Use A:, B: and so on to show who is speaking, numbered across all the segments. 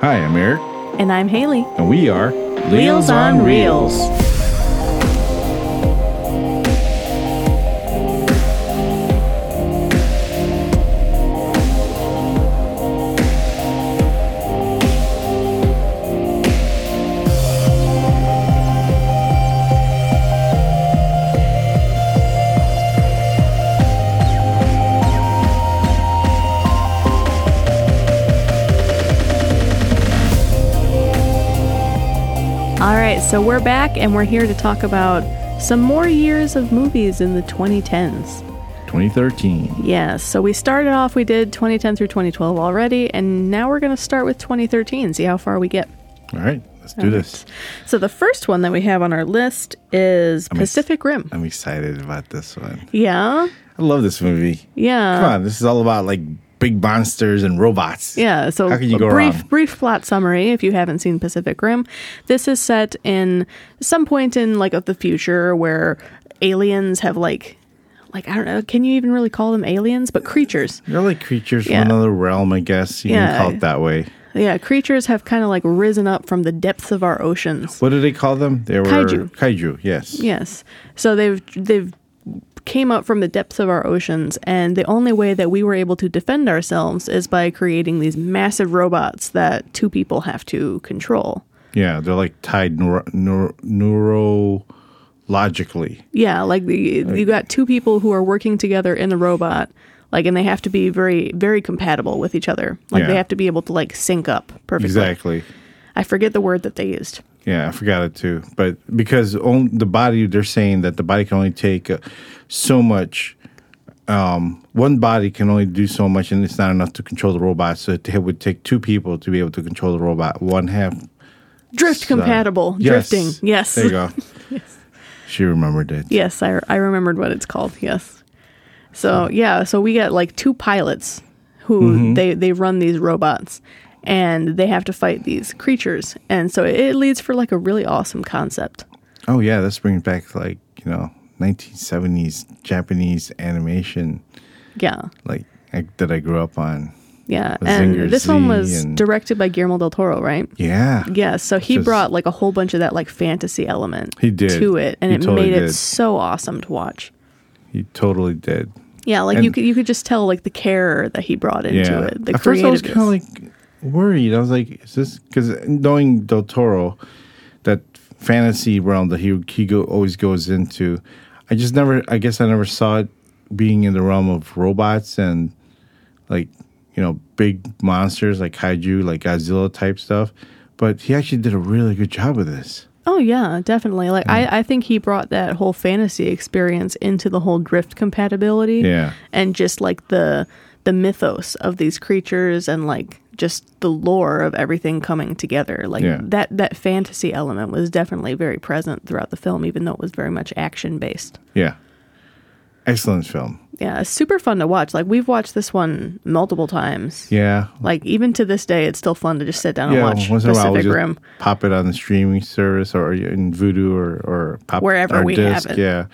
A: Hi, I'm Eric,
B: And I'm Haley.
A: and we are
B: Reels All right, so we're back and we're here to talk about some more years of movies in the 2010s.
A: 2013.
B: Yes, so we started off, we did 2010 through 2012 already, and now we're going to start with 2013, see how far we get.
A: All right, let's do this.
B: So the first one that we have on our list is
A: mean, uh, s-
B: Pacific Rim.
A: I'm excited about this one.
B: Yeah,
A: I love this movie.
B: yeah.
A: Come on, this is all about like big monsters and robots.
B: Yeah, so
A: How can you
B: a
A: go
B: brief
A: wrong?
B: brief plot summary if you haven't seen Pacific Rim. This is set in some point in like of the future where aliens have like like I don't know, can you even really call them aliens, but creatures.
A: They're like creatures
B: Yeah.
A: from another realm, I guess. You
B: Yeah.
A: can call it that way.
B: Yeah, creatures have kind of like risen up from the depths of our oceans.
A: What do they call them? They were
B: Kaiju.
A: Kaiju, yes.
B: Yes. So they've they've came up from the depths of our oceans and the only way that we were able to defend ourselves is by creating these massive robots that two people have to control.
A: Yeah, they're like tied neuro, neuro, neurologically.
B: Yeah, like the, you got two people who are working together in the robot, like, and they have to be very, very compatible with each other. Like, they
A: Yeah.
B: have to be able to like sync up perfectly.
A: Exactly.
B: I forget the word that they used.
A: Yeah, I forgot it too. But because on the body, they're saying that the body can only take uh, so much. Um, one body can only do so much, and it's not enough to control the robot. So it would take two people to be able to control the robot. One half
B: Drift
A: so-
B: compatible,
A: Yes.
B: drifting. Yes,
A: There you go. She remembered it.
B: yes, I I remembered what it's called. Yes. So yeah, so we got like two pilots who
A: Mm-hmm.
B: they they run these robots. And they have to fight these creatures, and so it leads for like a really awesome concept.
A: Oh yeah, that's bringing back like you know 1970s Japanese animation
B: Yeah,
A: like I, that I grew up on.
B: yeah. And
A: Mazinger
B: this one
A: Z
B: was
A: and-
B: directed by Guillermo del Toro, right?
A: Yeah.
B: Yeah, so he
A: Just-
B: brought like a whole bunch of that like fantasy element
A: He did.
B: to it, and
A: He
B: it
A: totally
B: made it
A: did.
B: so awesome to watch.
A: He totally did.
B: Yeah, like you
A: And-
B: could you could just tell like the care that he brought into it. The
A: At first, I was kind of
B: creativeness.
A: like worried. I was like, "Is this because knowing Del Toro, that fantasy realm that he he go, always goes into, I just never. I guess I never saw it being in the realm of robots and like you know big monsters like kaiju, like Godzilla type stuff. But he actually did a really good job with this.
B: oh yeah, definitely. Like I I think he brought that whole fantasy experience into the whole drift compatibility.
A: Yeah.
B: and just like the the mythos of these creatures and like just the lore of everything coming together like
A: Yeah.
B: that that fantasy element was definitely very present throughout the film even though it was very much action based
A: Yeah, excellent film.
B: yeah it's super fun to watch like we've watched this one multiple times
A: Yeah.
B: like even to this day it's still fun to just sit down
A: Yeah,
B: and watch
A: once in a while, we
B: pacific
A: just
B: rim
A: pop it on the streaming service or in Voodoo or or pop
B: Wherever
A: our
B: we
A: disc,
B: have it.
A: Yeah,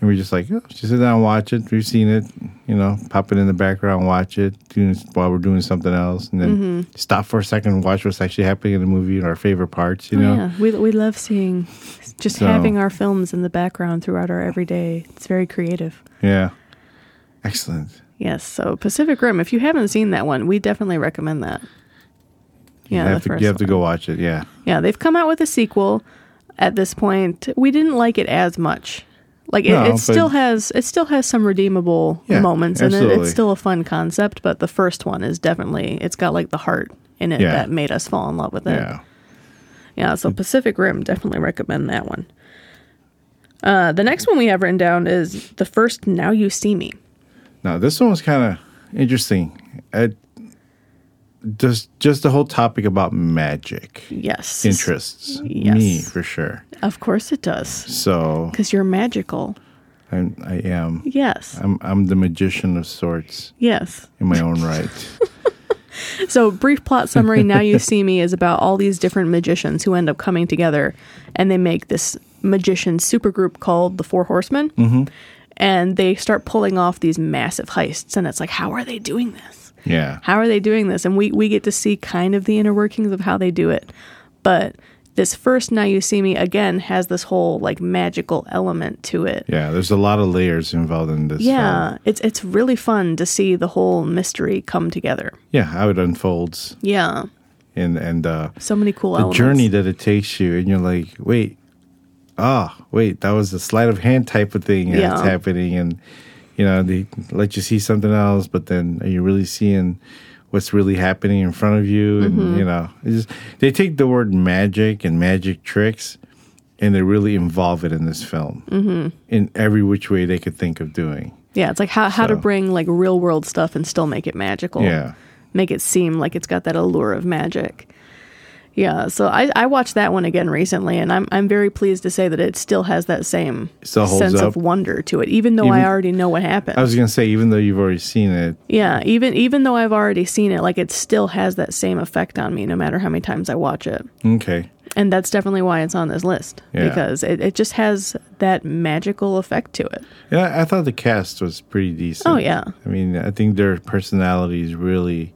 A: and we just like oh, just sit down and watch it. We've seen it, you know, pop it in the background, watch it doing, while we're doing something else, and then
B: Mm-hmm.
A: stop for a second and watch what's actually happening in the movie and our favorite parts. You know,
B: Oh, yeah we, we love seeing just
A: So-
B: having our films in the background throughout our everyday it's very creative
A: yeah, excellent.
B: Yes, so Pacific Rim. If you haven't seen that one, we definitely recommend that. Yeah,
A: you have,
B: the
A: to,
B: first
A: you have to
B: one.
A: go watch it. Yeah,
B: Yeah, they've come out with a sequel. At this point, we didn't like it as much. Like it,
A: No,
B: it
A: but-
B: still has it still has some redeemable
A: Yeah,
B: moments in it.
A: absolutely.
B: It's still a fun concept, but the first one is definitely it's got like the heart in it
A: Yeah.
B: that made us fall in love with it.
A: yeah.
B: Yeah, so Pacific Rim, definitely recommend that one. Uh, the next one we have written down is the first Now You See Me.
A: Now this one was kind of interesting. It, just just the whole topic about magic
B: Yes.
A: interests me
B: Yes.
A: for sure.
B: Of course it does.
A: So
B: Because you're magical.
A: I'm, I am.
B: Yes.
A: I'm I'm the magician of sorts
B: Yes.
A: in my own right.
B: So, brief plot summary Now You See Me is about all these different magicians who end up coming together and they make this magician supergroup called the Four Horsemen. Mm-hmm. And they start pulling off these massive heists. And it's like, how are they doing this?
A: Yeah.
B: How are they doing this? And we we get to see kind of the inner workings of how they do it. But this first Now You See Me again has this whole like magical element to it.
A: Yeah, there's a lot of layers involved in this.
B: Yeah,
A: film.
B: it's it's really fun to see the whole mystery come together.
A: yeah, how it unfolds
B: Yeah,
A: and and uh,
B: so many cool
A: the
B: elements.
A: journey that it takes you, and you're like, wait, ah, wait, that was the sleight of hand type of thing that's
B: Yeah.
A: happening, and you know they let you see something else, but then are you really seeing what's really happening in front of you? And
B: Mm-hmm.
A: you know, it's just, they take the word magic and magic tricks, and they really involve it in this film mm-hmm. in every which way they could think of doing.
B: Yeah, it's like how how to
A: So-
B: bring like real world stuff and still make it magical.
A: Yeah.
B: make it seem like it's got that allure of magic. Yeah, so I, I watched that one again recently, and I'm I'm very pleased to say that it still has that same
A: Still holds
B: sense
A: up.
B: of wonder to it, even though I
A: Even-
B: already know what happened.
A: I was gonna say, even though you've already seen it,
B: yeah, even even though I've already seen it, like it still has that same effect on me, no matter how many times I watch it.
A: okay,
B: And that's definitely why it's on this list
A: Yeah.
B: because it, it just has that magical effect to it.
A: Yeah, I thought the cast was pretty decent.
B: Oh, yeah.
A: I mean, I think their personalities really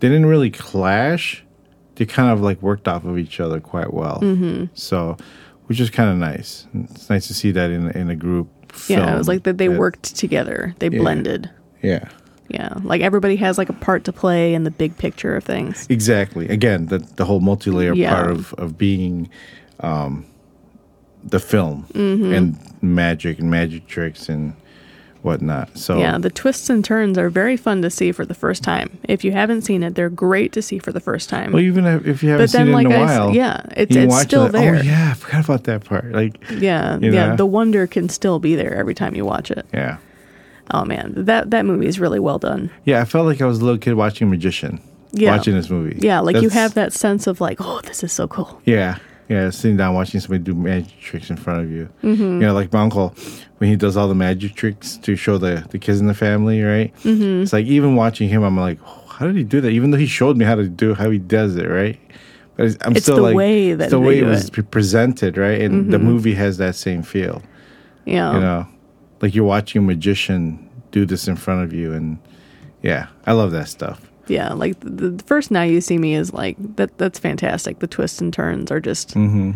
A: they didn't really clash. They kind of like worked off of each other quite well. Mm-hmm. So, which is kind of nice. It's nice to see that in in a group. Film
B: yeah, it was like that they
A: that-
B: worked together, they blended.
A: Yeah,
B: Yeah, like everybody has like a part to play in the big picture of things.
A: exactly. Again, the the whole multi layer
B: Yeah.
A: part of of being. Um, the film
B: Mm-hmm.
A: and magic and magic tricks and whatnot. So
B: Yeah, the twists and turns are very fun to see for the first time. If you haven't seen it, they're great to see for the first time.
A: Well, even if if you haven't
B: But then,
A: seen
B: like
A: it in a
B: I s-
A: while,
B: yeah, it's-
A: you
B: it's
A: watch it
B: still
A: like,
B: there.
A: Oh yeah, I forgot about that part. Like,
B: yeah,
A: you
B: yeah,
A: know?
B: the wonder can still be there every time you watch it.
A: yeah,
B: Oh man, that that movie is really well done.
A: yeah. I felt like I was a little kid watching Magician,
B: Yeah.
A: watching this movie.
B: Yeah, like you
A: That's-
B: have that sense of like, oh, this is so cool.
A: Yeah, yeah. Sitting down watching somebody do magic tricks in front of you. Mm-hmm. You know, like my uncle when he does all the magic tricks to show the the kids in the family, right? Mm-hmm. It's like even watching him, I'm like, oh, how did he do that? Even though he showed me how to do how he does it, right? But it's- I'm
B: It's
A: still
B: the
A: like
B: way that
A: it's the
B: they
A: way it
B: do
A: was
B: it. Mm-hmm.
A: pre- presented, right? And the movie has that same feel.
B: Yeah,
A: you know like you're watching a magician do this in front of you and yeah i love that stuff
B: yeah. Like the, the first now you see me is like that. That's fantastic. The twists and turns are just
A: Mm-hmm.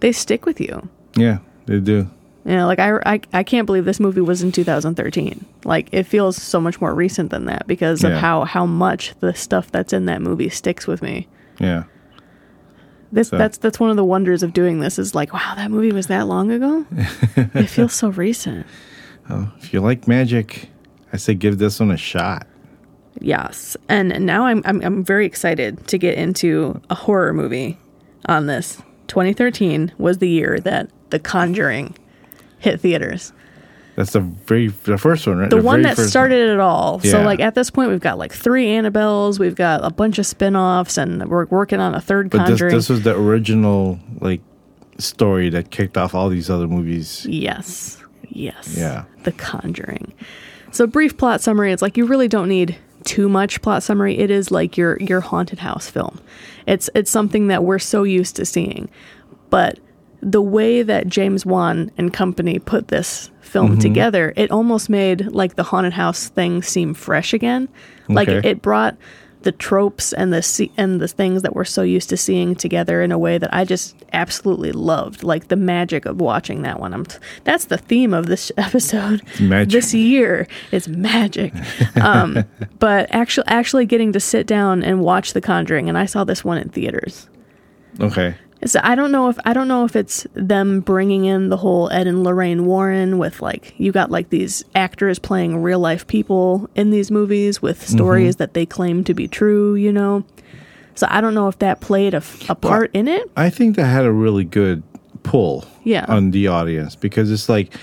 B: they stick with you.
A: yeah they do
B: You know, like I, I, I can't believe this movie was in 2013. Like it feels so much more recent than that because
A: Yeah.
B: of how how much the stuff that's in that movie sticks with me.
A: yeah
B: This
A: So-
B: that's that's one of the wonders of doing this is like wow that movie was that long ago. it feels so recent.
A: if you like magic i say give this one a shot
B: Yes, and now I'm I'm, I'm very excited to get into a horror movie on this. 2013 was the year that The Conjuring hit theaters.
A: that's the very the first one right
B: the
A: very
B: one that
A: first
B: started it all. So
A: Yeah.
B: like at this point, we've got like three Annabelles, we've got a bunch of spin-offs, and we're working on a third
A: but this,
B: Conjuring.
A: this was the original like story that kicked off all these other movies
B: yes, yes,
A: Yeah.
B: the Conjuring. So brief plot summary. It's like you really don't need too much plot summary. It is like your your haunted house film. It's it's something that we're so used to seeing, but the way that James Wan and company put this film
A: Mm-hmm.
B: together, it almost made like the haunted house thing seem fresh again. Like
A: Okay.
B: it brought the tropes and the se- and the things that we're so used to seeing together in a way that I just absolutely loved. Like the magic of watching that one. I'm t- that's the theme of this episode.
A: magic.
B: This year is magic. Um, but actually, actually getting to sit down and watch The Conjuring, and I saw this one in theaters.
A: okay
B: So I don't know if I don't know if it's them bringing in the whole Ed and Lorraine Warren with like you got like these actors playing real life people in these movies with
A: Mm-hmm.
B: stories that they claim to be true, you know. So I don't know if that played a, f- a part in it.
A: I think that had a really good pull
B: Yeah.
A: on the audience because it's like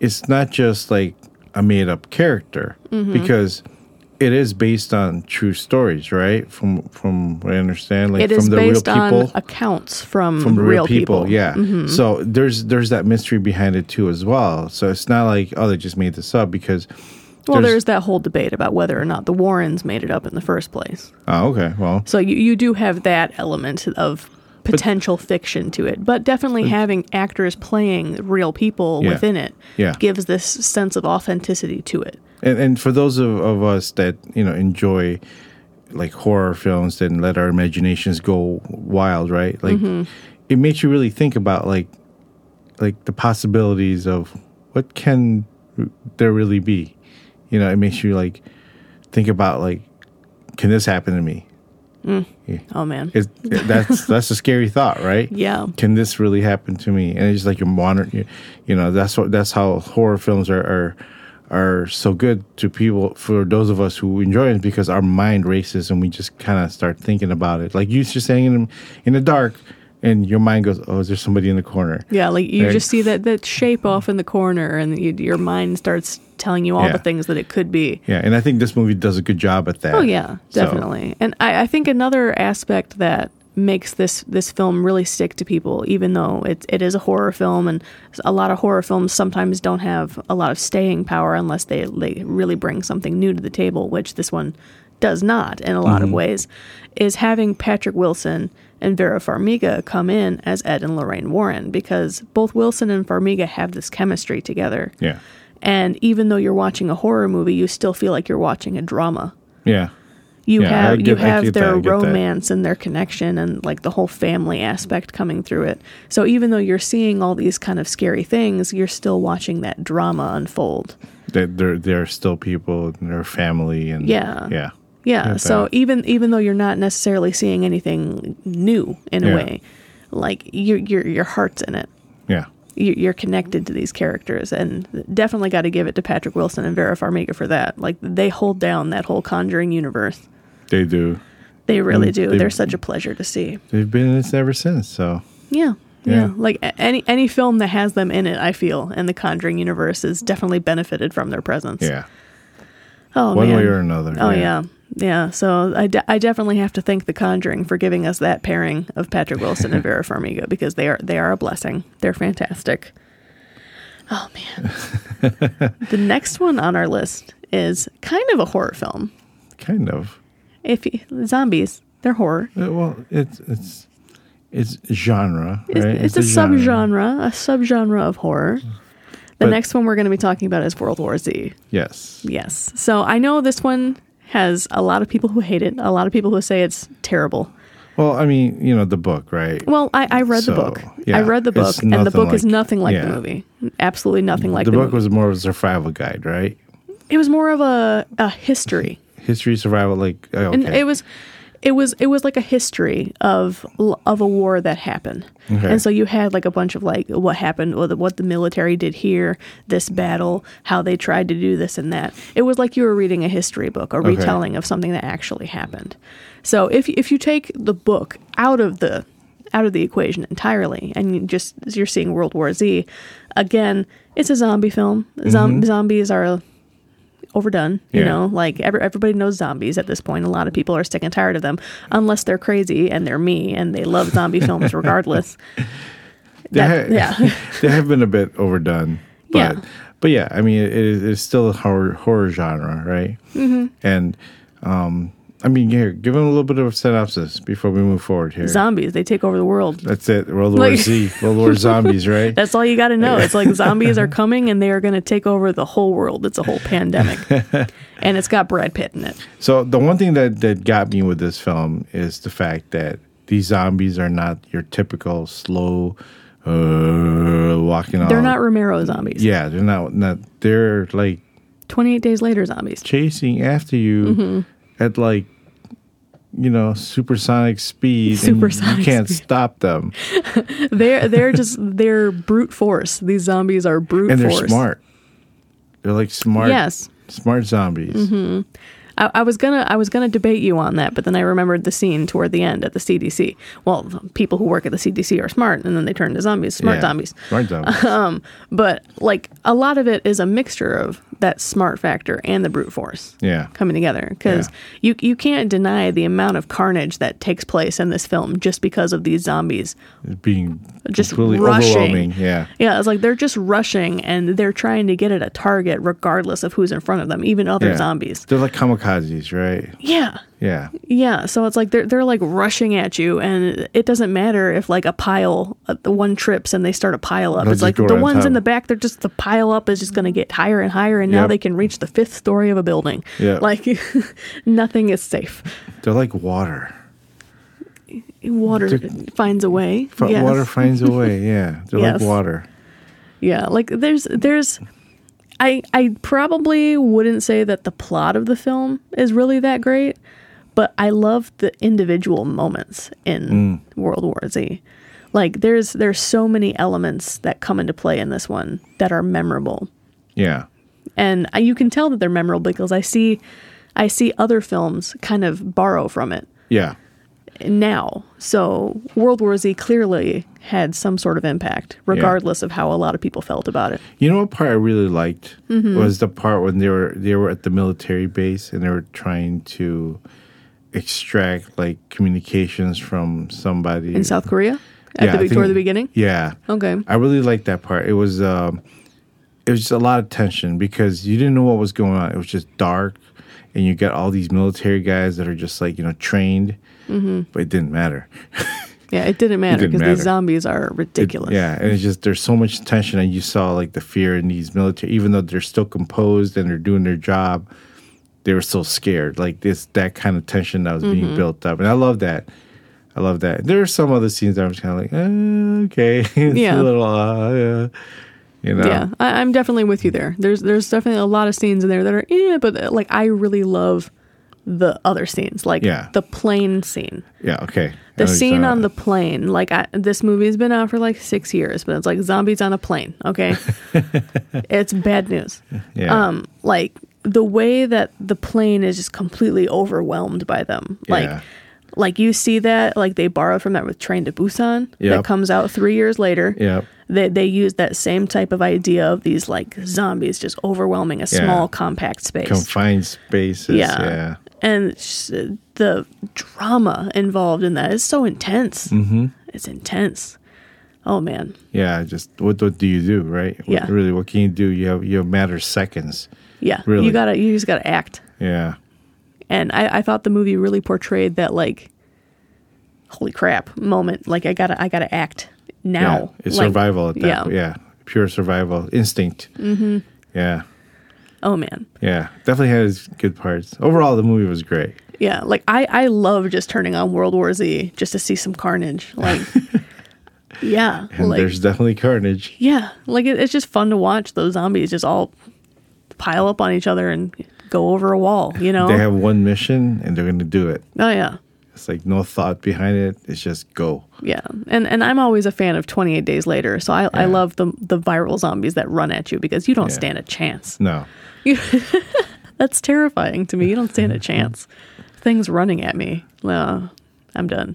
A: it's not just like a made up character
B: Mm-hmm.
A: because it is based on true stories, right? From from what I understand, like
B: It
A: from
B: is
A: the
B: based
A: real people.
B: on accounts from,
A: from
B: real people. Mm-hmm.
A: yeah. So there's there's that mystery behind it too as well. So it's not like oh they just made this up because
B: Well,
A: there's-
B: there's that whole debate about whether or not the Warrens made it up in the first place.
A: oh okay well
B: So you, you do have that element of potential fiction to it, but definitely having actors playing real people
A: Yeah.
B: within it
A: Yeah.
B: gives this sense of authenticity to it.
A: And, and for those of, of us that you know enjoy like horror films and let our imaginations go wild, right? Like it makes you really think about like like the possibilities of what can there really be. You know, it makes you like think about like can this happen to me?
B: Oh man,
A: It's, that's that's a scary thought, right?
B: Yeah.
A: Can this really happen to me? And it's like you're monitoring, you, you know. That's what that's how horror films are, are are so good to people for those of us who enjoy it because our mind races and we just kind of start thinking about it. Like you just saying in, in the dark, and your mind goes, "Oh, is there somebody in the corner?"
B: yeah, like you
A: Right.
B: just see that that shape off in the corner, and you, your mind starts telling you all
A: Yeah.
B: the things that it could be.
A: Yeah, and I think this movie does a good job at that.
B: Oh yeah,
A: So,
B: definitely. And I, I think another aspect that makes this this film really stick to people, even though it it is a horror film, and a lot of horror films sometimes don't have a lot of staying power unless they they really bring something new to the table, which this one does not in a lot of ways, is having Patrick Wilson and Vera Farmiga come in as Ed and Lorraine Warren because both Wilson and Farmiga have this chemistry together.
A: yeah,
B: And even though you're watching a horror movie, you still feel like you're watching a drama
A: yeah,
B: you
A: Yeah, I
B: have you
A: get- I
B: have
A: get that,
B: their
A: I get that.
B: romance and their connection and like the whole family aspect coming through it. So even though you're seeing all these kind of scary things, you're still watching that drama unfold.
A: that there there are still people and their family and
B: Yeah.
A: yeah,
B: Yeah. so
A: bad.
B: even even though you're not necessarily seeing anything new in a
A: Yeah.
B: way, like your your your heart's in it.
A: yeah,
B: You- You're connected to these characters, and definitely got to give it to Patrick Wilson and Vera Farmiga for that. Like they hold down that whole Conjuring universe.
A: they do.
B: They really
A: Mm,
B: do.
A: they-
B: They're such a pleasure to see.
A: They've been in this ever since. So
B: Yeah, yeah.
A: Yeah.
B: Like a- any any film that has them in it, I feel, and the Conjuring universe is definitely benefited from their presence.
A: yeah.
B: Oh
A: One
B: man.
A: way or another.
B: Oh yeah. yeah. so I, de- I definitely have to thank The Conjuring for giving us that pairing of Patrick Wilson and Vera Farmiga because they are they are a blessing. They're fantastic. Oh man. the next one on our list is kind of a horror film.
A: Kind of.
B: If you, zombies, they're horror.
A: Uh, Well, it's it's it's genre, right?
B: It's, it's, a, subgenre, a subgenre of horror. The
A: But-
B: next one we're going to be talking about is World War Z.
A: Yes.
B: Yes. So I know this one has a lot of people who hate it, a lot of people who say it's terrible.
A: Well, I mean, you know, the book, right?
B: Well, I, I read
A: So,
B: the book. I
A: yeah,
B: read the book,
A: it's
B: and the
A: nothing
B: book is
A: like-
B: nothing like the
A: yeah.
B: movie. Absolutely nothing like
A: the
B: the,
A: book
B: movie.
A: was more of a survival guide, right?
B: it was more of a, a history.
A: History, survival, like oh,
B: and
A: okay.
B: it was it was it was like a history of of a war that happened
A: Okay.
B: and so you had like a bunch of like what happened what the, what the military did here this battle how they tried to do this and that it was like you were reading a history book a retelling of something that actually happened so if if you take the book out of the out of the equation entirely and you just you're seeing World War Z again it's a zombie film Zom-
A: Mm-hmm.
B: zombies are overdone. You
A: Yeah.
B: know, like every, everybody knows zombies at this point. A lot of people are sick and tired of them, unless they're crazy and they're me and they love zombie films regardless.
A: They
B: That-
A: ha-
B: yeah,
A: they have been a bit overdone, but
B: Yeah.
A: but yeah, I mean, it is it's still a horror, horror genre, right? Mm-hmm. And um, I mean, here, give them a little bit of a synopsis before we move forward here.
B: zombies, they take over the world.
A: That's it. World War
B: Like-
A: Z, World War Zombies, right?
B: That's all you got to know. It's like zombies are coming and they are going to take over the whole world. It's a whole pandemic. and it's got Brad Pitt in it.
A: So the one thing that that got me with this film is the fact that these zombies are not your typical slow uh, walking.
B: They're
A: on-
B: not Romero zombies.
A: Yeah, they're not. Not they're like
B: 28 Days Later zombies.
A: chasing after you
B: Mm-hmm.
A: at like you know supersonic speed. and
B: Supersonic
A: you can't
B: speed.
A: stop them,
B: They're they're just they're brute force. These zombies are brute
A: and they're
B: force.
A: smart. They're like smart.
B: Yes. Mm-hmm.
A: smart zombies.
B: I, I was gonna I was gonna debate you on that, but then I remembered the scene toward the end at the CDC. Well, the people who work at the CDC are smart, and then they turn to zombies, smart
A: Yeah.
B: zombies.
A: Smart zombies.
B: But like a lot of it is a mixture of that smart factor and the brute force
A: yeah.
B: coming together because
A: Yeah.
B: you you can't deny the amount of carnage that takes place in this film just because of these zombies.
A: Being
B: Just
A: completely
B: rushing.
A: overwhelming. Yeah.
B: Yeah, it's like they're just rushing and they're trying to get at a target regardless of who's in front of them, even other
A: Yeah.
B: zombies.
A: They're like kamikazes, right?
B: Yeah.
A: Yeah.
B: Yeah, so it's like they're they're like rushing at you, and it doesn't matter if like a pile, uh, the one trips and they start a pile up.
A: They'll
B: it's
A: just
B: like
A: go
B: the
A: right on
B: ones
A: top.
B: in the back, they're just the pile up is just going to get higher and higher, and now
A: Yep.
B: they can reach the fifth story of a building.
A: Yep.
B: like nothing is safe.
A: They're like water.
B: Water
A: They're-
B: finds a way.
A: F-
B: Yes.
A: Water finds a way. Yeah. They're
B: Yes.
A: like water.
B: Yeah, like there's there's I I probably wouldn't say that the plot of the film is really that great, but I love the individual moments in World War Z. Like there's there's so many elements that come into play in this one that are memorable.
A: Yeah.
B: And I, you can tell that they're memorable because I see I see other films kind of borrow from it
A: Yeah.
B: now. So World War Z clearly had some sort of impact regardless of how a lot of people felt about it.
A: You know what part I really liked
B: Mm-hmm.
A: was the part when they were they were at the military base and they were trying to extract like communications from somebody
B: in South Korea at
A: Yeah, I
B: the big
A: think-
B: tour at the beginning. Oh.
A: Yeah.
B: Okay.
A: I really liked that part. It was um, it was just a lot of tension because you didn't know what was going on. It was just dark, and you got all these military guys that are just like you know trained,
B: Mm-hmm.
A: but it didn't matter.
B: Yeah, it didn't matter
A: didn't
B: because these
A: matter.
B: zombies are ridiculous.
A: Yeah, and it's just there's so much tension, and you saw like the fear in these military, even though they're still composed and they're doing their job, they were still scared. Like this, that kind of tension that was
B: Mm-hmm.
A: being built up, and I love that. I love that. There are some other scenes that I'm just kind of like, uh, okay, it's
B: Yeah.
A: a little, uh, yeah. you know,
B: Yeah, I, I'm definitely with you there. There's there's definitely a lot of scenes in there that are eh, but uh, like I really love the other scenes, like
A: Yeah.
B: the plane scene,
A: yeah, okay.
B: the scene on the plane. Like I, this movie's been out for like six years, but it's like zombies on a plane. Okay, it's bad news.
A: yeah,
B: um like the way that the plane is just completely overwhelmed by them like
A: Yeah.
B: like you see that like they borrow from that with train to busan that
A: Yep.
B: comes out three years later
A: yeah,
B: they, they use that same type of idea of these like zombies just overwhelming a
A: Yeah.
B: small compact space
A: confined spaces.
B: yeah.
A: Yeah,
B: and s- the drama involved in that is so intense mm-hmm. it's intense oh man
A: yeah. Just what, what do you do, right? What-
B: Yeah.
A: really, what can you do? You have you have matter seconds.
B: yeah
A: Really.
B: you gotta you just gotta act
A: Yeah,
B: and I, I thought the movie really portrayed that like holy crap moment like i gotta i gotta act now
A: Yeah, it's
B: Like,
A: survival at that.
B: yeah.
A: Yeah. yeah, pure survival instinct. Mm-hmm. Yeah,
B: oh man
A: yeah, definitely had its good parts. Overall, the movie was great.
B: yeah like i i love just turning on world war z just to see some carnage like yeah
A: And
B: like
A: there's definitely carnage.
B: yeah like it, it's just fun to watch those zombies just all pile up on each other and go over a wall you know
A: They have one mission, and they're going to do it.
B: oh yeah
A: It's like no thought behind it. It's just go.
B: yeah and and i'm always a fan of 28 days later so i i
A: Yeah.
B: love the the viral zombies that run at you because you don't
A: Yeah.
B: stand a chance
A: No,
B: You- That's terrifying to me. You don't stand a chance. Things running at me. No, I'm done.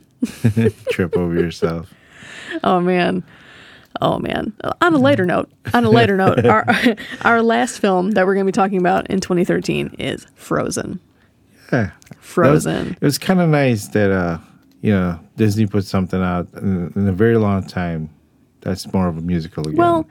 A: trip over yourself.
B: Oh man. Oh man. On a lighter note, on a lighter note, our our last film that we're going to be talking about in 2013 is Frozen.
A: Yeah. That was-
B: Frozen.
A: it was kind of nice that uh, you know Disney put something out in, in a very long time. That's more of a musical again.
B: Well,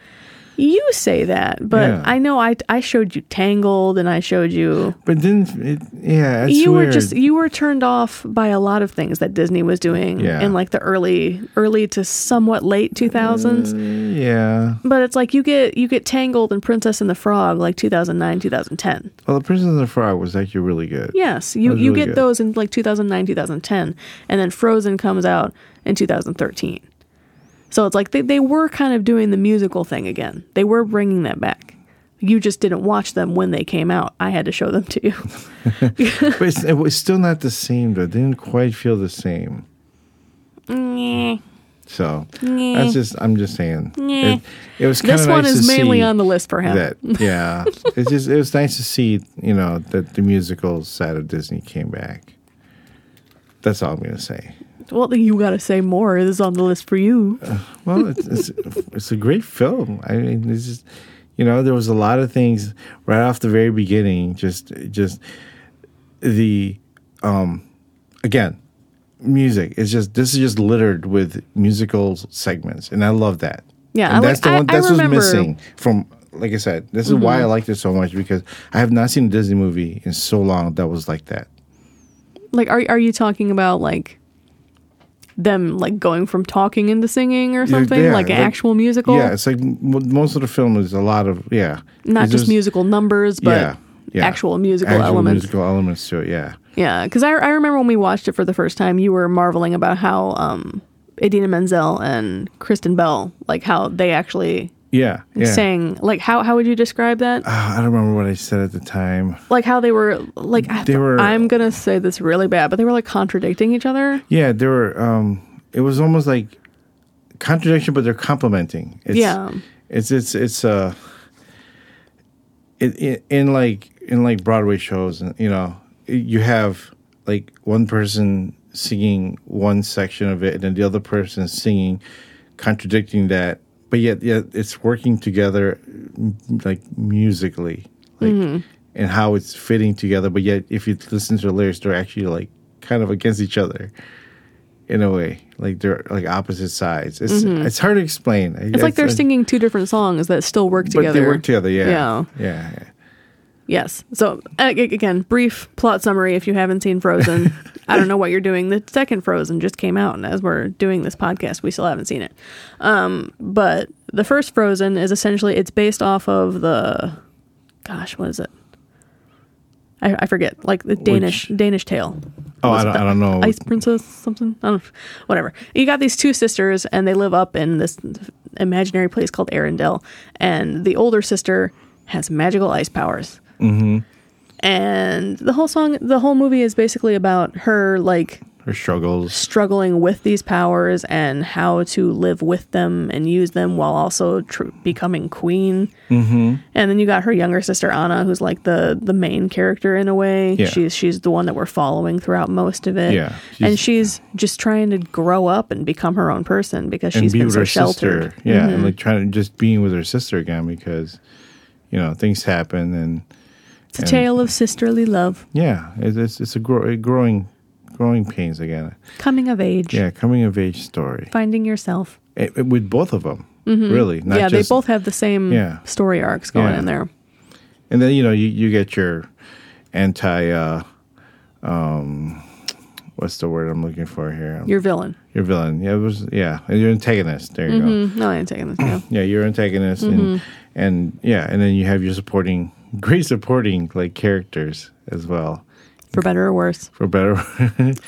B: you say that, but
A: Yeah.
B: I know I I showed you Tangled and I showed you
A: but then it, yeah, it's
B: you
A: weird.
B: were just you were turned off by a lot of things that Disney was doing
A: Yeah.
B: in like the early early to somewhat late 2000s.
A: yeah.
B: But it's like you get you get tangled in Princess and the Frog like 2009, 2010.
A: Well, The Princess and the Frog was actually really good.
B: Yes, you
A: That was
B: you
A: really
B: get
A: good.
B: those in like 2009, 2010, and then Frozen comes out in 2013. So it's like they they were kind of doing the musical thing again. They were bringing that back. You just didn't watch them when they came out. I had to show them to you.
A: but it's, it was still not the same though. It didn't quite feel the same.
B: Nyeh,
A: So
B: nyeh.
A: that's just I'm just saying.
B: Yeah.
A: It, it was kind
B: This
A: of
B: one
A: nice
B: is
A: to
B: mainly
A: see
B: on the list, perhaps.
A: that. Yeah, it's just it was nice to see you know that the musical side of Disney came back. That's all I'm gonna say.
B: Well, then you got to say more. It is on the list for you.
A: Well, it's, it's it's a great film. I mean, it's just you know there was a lot of things right off the very beginning. Just just the um again music. It's just this is just littered with musical segments, and I love that.
B: Yeah,
A: and
B: I
A: that's
B: like-
A: the
B: I-
A: one
B: I
A: that's what's
B: remember- Mm-hmm.
A: missing from. Like I said, this is why I liked it so much because I have not seen a Disney movie in so long that was like that.
B: like are are you talking about like them like going from talking into singing or something
A: yeah,
B: like an
A: like-
B: actual musical?
A: Yeah, it's like m- most of the film is a lot of yeah,
B: Not
A: It's
B: just musical numbers, but
A: yeah, yeah.
B: actual musical
A: actual
B: elements.
A: musical elements to it. Yeah,
B: Yeah, because I, I remember when we watched it for the first time, you were marveling about how um, Idina Menzel and Kristen Bell, like how they actually
A: yeah, yeah.
B: sang. Like how how would you describe that?
A: Ah, I don't remember what I said at the time.
B: like how they were like I
A: They were-
B: I'm gonna say this really bad, but they were like contradicting each other.
A: Yeah, there were. Um, it was almost like contradiction, but they're complementing. It's,
B: Yeah.
A: it's it's it's uh, it, it, in like in like Broadway shows, and you know, you have like one person singing one section of it, and then the other person singing, contradicting that, but yet yet it's working together, m- like musically, like.
B: Mm-hmm.
A: And how it's fitting together, but yet if you listen to the lyrics, they're actually like kind of against each other in a way. Like they're like opposite sides. It's it's hard to explain.
B: Mm-hmm.
A: uh,
B: It's like they're singing two different songs that still work
A: but
B: together.
A: they work together. Yeah,
B: Yeah.
A: yeah, yeah.
B: Yes. So a- a- again, brief plot summary. If you haven't seen Frozen, I don't know what you're doing. The second Frozen just came out, and as we're doing this podcast, we still haven't seen it. Um, but the first Frozen is essentially it's based off of the, gosh, what is it? I, I forget. Like the Danish Danish tale.
A: Oh,
B: Was
A: I
B: it
A: don't,
B: the
A: I don't know.
B: Ice princess, something. I don't, whatever. You got these two sisters, and they live up in this imaginary place called Arendelle. And the older sister has magical ice powers. Mm-hmm. And the whole song, the whole movie is basically about her like
A: her struggles.
B: struggling with these powers and how to live with them and use them while also tr- becoming queen. Mm-hmm. And then you got her younger sister Anna, who's like the the main character in a way.
A: Yeah.
B: She's she's the one that we're following throughout most of it.
A: Yeah,
B: and she's just trying to grow up and become her own person because
A: And
B: she's
A: be
B: been
A: with
B: so
A: her
B: sheltered. Mm-hmm.
A: sister. Yeah, and like trying to just being with her sister again because, you know, things happen and
B: It's a tale of sisterly love,
A: yeah, it's it's, it's a, grow, a growing, growing pains again.
B: coming of age,
A: Yeah, coming of age story
B: finding yourself.
A: It- it- with both of them. Really, not
B: Mm-hmm. yeah,
A: just,
B: they both have the same
A: Yeah.
B: story arcs going
A: Yeah.
B: in there.
A: And then you know you, you get your anti uh um what's the word I'm looking for here? Your,
B: Your villain.
A: villain. Yeah, it was yeah, and your antagonist. There you go.
B: Mm, No, I ain't taking this. Yeah.
A: Yeah, your antagonist
B: Mm-hmm.
A: and and yeah, and then you have your supporting great supporting like characters as well.
B: For better or worse,
A: For better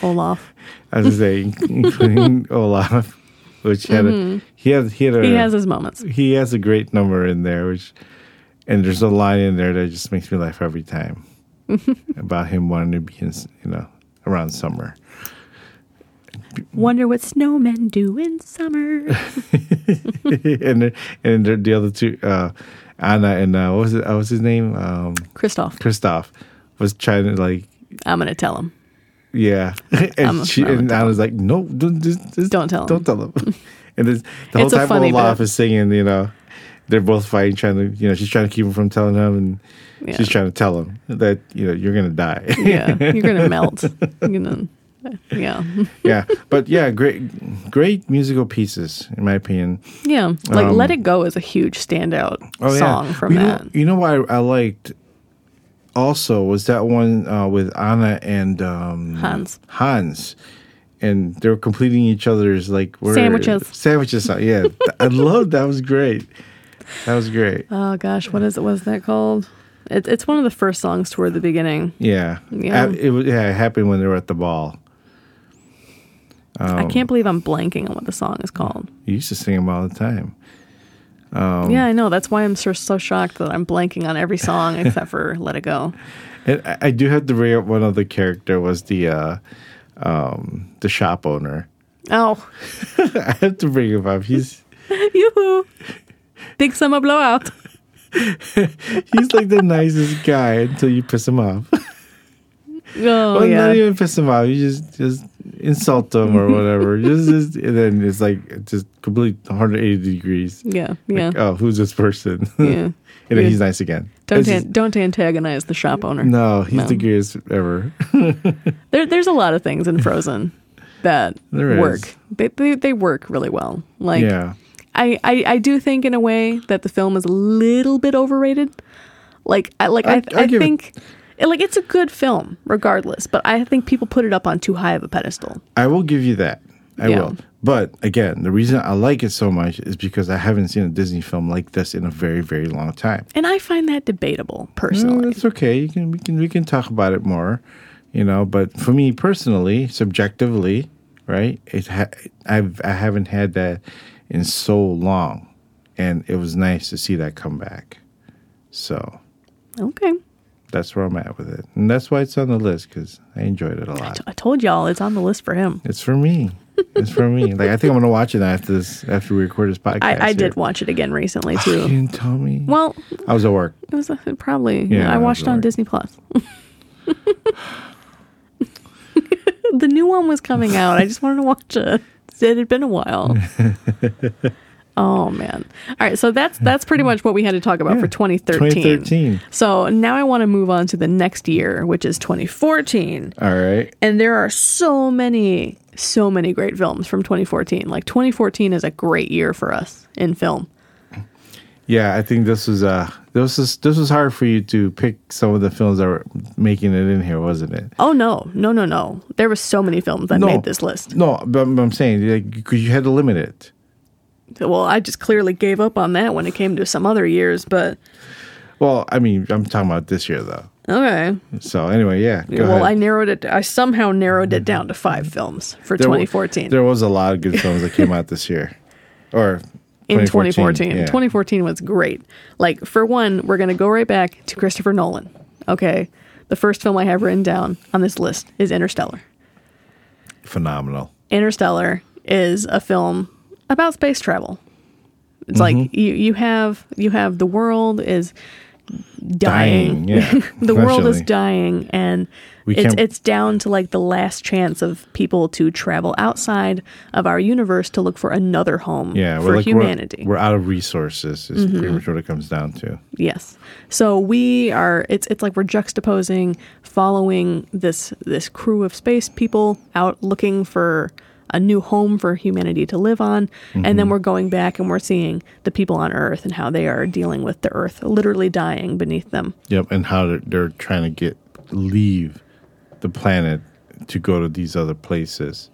B: Olaf.
A: as I say, including Olaf, which had a he had he had a
B: Mm-hmm. He has his moments.
A: he has a great number in there, which and there's a line in there that just makes me laugh every time about him wanting to be in, s- you know around summer.
B: Wonder what snowmen do in summer.
A: and the- and the, the other two, uh, Anna and uh, what was it? Uh, what's his name? Um,
B: Christoph,
A: Christoph was trying to like.
B: I'm gonna tell him.
A: Yeah,
B: I'm-
A: and she
B: I'm
A: and I was like, no, don't, just, just
B: Don't tell him.
A: don't tell him. and this, the whole
B: It's a
A: time
B: funny
A: Olaf
B: bit.
A: is singing, you know, they're both fighting, trying to, you know, she's trying to keep him from telling him, and
B: Yeah.
A: she's trying to tell him that you know you're gonna die.
B: Yeah, you're gonna melt. You're gonna, yeah,
A: yeah, but yeah, great, great musical pieces in my opinion.
B: yeah. Like
A: Um, oh,
B: "Let It Go" is a huge standout
A: yeah.
B: song from
A: you know,
B: that.
A: You know what I, I liked also was that one uh, with Anna and um,
B: Hans.
A: Hans. And they were completing each other's like word-
B: Sandwiches.
A: Sandwiches, uh, yeah. Th- I love that. Was great. That was great.
B: Oh gosh, what is it? Was that called? It, it's one of the first songs toward the beginning.
A: Yeah.
B: Yeah.
A: Uh, it was. Yeah, it happened when they were at the ball. Oh.
B: I can't believe I'm blanking on what the song is called.
A: You used to sing them all the time. Oh.
B: yeah, I know. That's why I'm so, so shocked that I'm blanking on every song except for "Let It Go."
A: And I, I do have to bring up one other character was the uh, um, the shop owner.
B: Oh,
A: I have to bring him up. He's
B: yoo-hoo! Big summer blowout.
A: he's like the nicest guy until you piss him off.
B: Oh
A: well,
B: yeah.
A: not even piss him off. You just just insult him or whatever. just, just and then it's like just complete 180 degrees.
B: Yeah, yeah,
A: Like, oh, who's this person?
B: yeah.
A: and then
B: Yeah.
A: he's nice again.
B: Don't
A: It's
B: an-
A: just-
B: don't antagonize the shop owner.
A: no, he's
B: No.
A: the greatest ever.
B: There, there's a lot of things in Frozen that
A: There is.
B: work. They, they they work really well. Like
A: yeah,
B: I, I I do think in a way that the film is a little bit overrated. Like I like
A: I-
B: I I,
A: I give it-
B: think it- like it's a good film regardless, but I think people put it up on too high of a pedestal.
A: I will give you that. I
B: Yeah.
A: will. But again, the reason I like it so much is because I haven't seen a Disney film like this in a very, very long time.
B: And I find that debatable
A: No,
B: personally.
A: Mm, it's okay. You can we can we can talk about it more, you know. But for me personally, subjectively, right? It ha- I've I haven't had that in so long, and it was nice to see that come back. So
B: Okay.
A: that's where I'm at with it, and that's why it's on the list because I enjoyed it a
B: I
A: lot.
B: t- I told y'all it's on the list for him.
A: It's for me. It's for me. Like I think I'm gonna watch it after this after we record this podcast.
B: I, I
A: here.
B: did watch it again recently
A: You
B: too.
A: didn't tell me.
B: Well,
A: I was at work.
B: it was uh, probably
A: Yeah,
B: I
A: it was
B: watched on
A: alright.
B: Disney Plus. the new one was coming out. I just wanted to watch it. It had been a while. oh man! All right, so that's that's pretty much what we had to talk about
A: Yeah.
B: for 2013.
A: 2013.
B: So now I want to move on to the next year, which is 2014.
A: All right.
B: And there are so many, so many great films from 2014. Like 2014 is a great year for us in film.
A: Yeah, I think this was uh this is this was hard for you to pick some of the films that were making it in here, wasn't it?
B: Oh no, no, no, no! There were so many films that
A: No.
B: made this list.
A: No, but I'm, I'm saying like, 'cause you had to limit it.
B: Well, I just clearly gave up on that when it came to some other years. But
A: Well, I mean, I'm talking about this year though.
B: okay,
A: So anyway, yeah. Go
B: well, I
A: ahead. Mm-hmm.
B: narrowed it. I somehow narrowed it down to five films for
A: There wa-
B: 2014.
A: There was a lot of good films that came out this year, or
B: in 2014.
A: yeah.
B: 2014 was great. Like, for one, we're going to go right back to Christopher Nolan. Okay. The first film I have written down on this list is Interstellar.
A: phenomenal.
B: Interstellar is a film about space travel. It's like
A: Mm-hmm.
B: you, you have you have the world is dying.
A: Dying, yeah,
B: the world is
A: eventually.
B: dying and
A: We
B: it's
A: can't-
B: it's down to like the last chance of people to travel outside of our universe to look for another home
A: Yeah,
B: for
A: like,
B: humanity. Mm-hmm.
A: We're, out of resources. Is pretty much what it comes down to.
B: Yes. So we are it's it's like we're juxtaposing following this this crew of space people out looking for a new home for humanity to live on and then we're going back and we're seeing the people on earth and how they are dealing with the earth literally dying beneath them.
A: Yep, and how they're, they're trying to get leave the planet to go to these other places.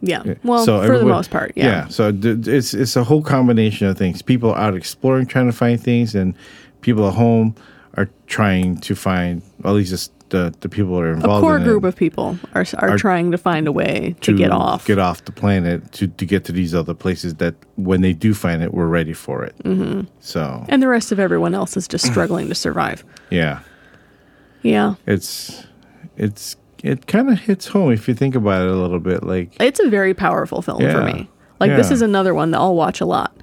B: Yeah. Well, for the
A: everybody-
B: most part, yeah.
A: So th- it's it's a whole combination of things. People are out exploring, trying to find things, and people at home are trying to find. Well, at least it's the the people that are
B: A
A: involved.
B: core
A: in it
B: group of people are, are trying to find a way to, get off.
A: get off the planet to to get to these other places that when they do find it, we're ready for it. Mm-hmm. So
B: and the rest of everyone else is just struggling to survive.
A: yeah,
B: Yeah.
A: it's it's it kind of hits home if you think about it a little bit. Like
B: it's a very powerful film for
A: Yeah.
B: me. Like this
A: Yeah.
B: is another one that I'll watch a lot,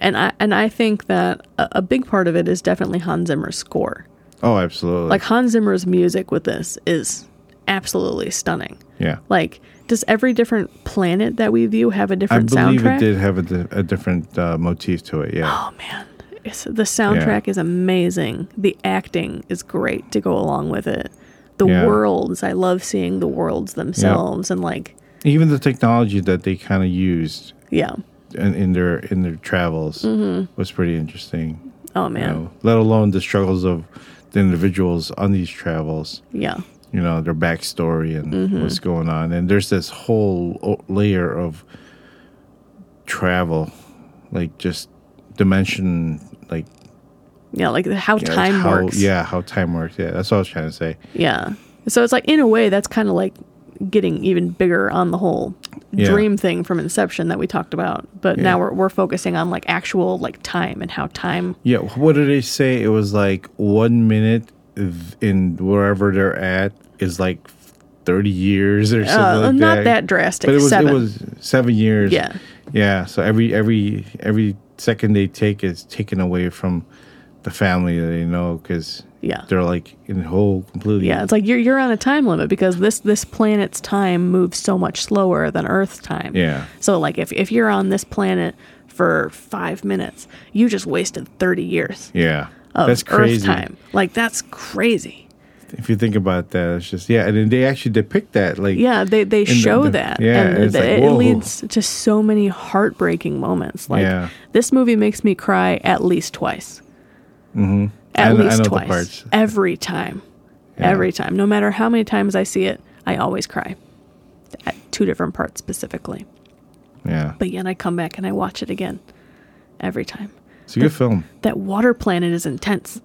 B: and I and I think that a, a big part of it is definitely Hans Zimmer's score.
A: oh, absolutely.
B: Like Hans Zimmer's music with this is absolutely stunning.
A: yeah.
B: Like, does every different planet that we view have a
A: I
B: different
A: believe
B: soundtrack?
A: it did have a, di- a different uh, motif to it. Yeah.
B: Oh man, it's, the soundtrack is amazing. The acting is great to go along with it. The
A: Yeah.
B: worlds, I love seeing the worlds themselves, and like,
A: Even the technology that they kind of used
B: yeah.
A: in, in their in their travels
B: Mm-hmm.
A: was pretty interesting.
B: Oh
A: You
B: man,
A: know, let alone the struggles of the individuals on these travels.
B: yeah.
A: you know their backstory and
B: Mm-hmm.
A: what's going on and there's this whole o- layer of travel like just dimension like
B: Yeah, like how
A: you know,
B: time
A: how,
B: works.
A: yeah how time works yeah that's what i was trying to say
B: Yeah. So it's like in a way that's kind of like getting even bigger on the whole
A: Yeah.
B: dream thing from Inception that we talked about, but
A: Yeah.
B: now we're we're focusing on like actual like time and how time.
A: yeah what did they say it was like one minute th- in wherever they're at is like 30 years or something
B: Uh,
A: like
B: not
A: that,
B: that drastic,
A: but it was
B: seven.
A: it was seven years
B: Yeah.
A: yeah so every every every second they take is taken away from the family that they know because
B: Yeah.
A: they're like in whole completely
B: Yeah, it's like you're you're on a time limit because this this planet's time moves so much slower than Earth's time.
A: Yeah.
B: So like if if you're on this planet for 5 minutes, you just wasted 30 years
A: yeah
B: of
A: that's
B: Earth
A: crazy
B: time. Like that's crazy.
A: if you think about that it's just yeah and then they actually depict that like
B: Yeah, they they
A: the-
B: show
A: the-
B: that,
A: yeah,
B: and
A: it's
B: th-
A: like,
B: it
A: whoa.
B: leads to so many heartbreaking moments. Like
A: Yeah.
B: this movie makes me cry at least twice. Mm-hmm.
A: I
B: At
A: kn- I
B: least
A: know the
B: twice,
A: parts.
B: every time. every time. No matter how many times I see it, I always cry at two different parts specifically.
A: Yeah.
B: But yet I come back and I watch it again every time.
A: It's a good film.
B: That water planet is intense.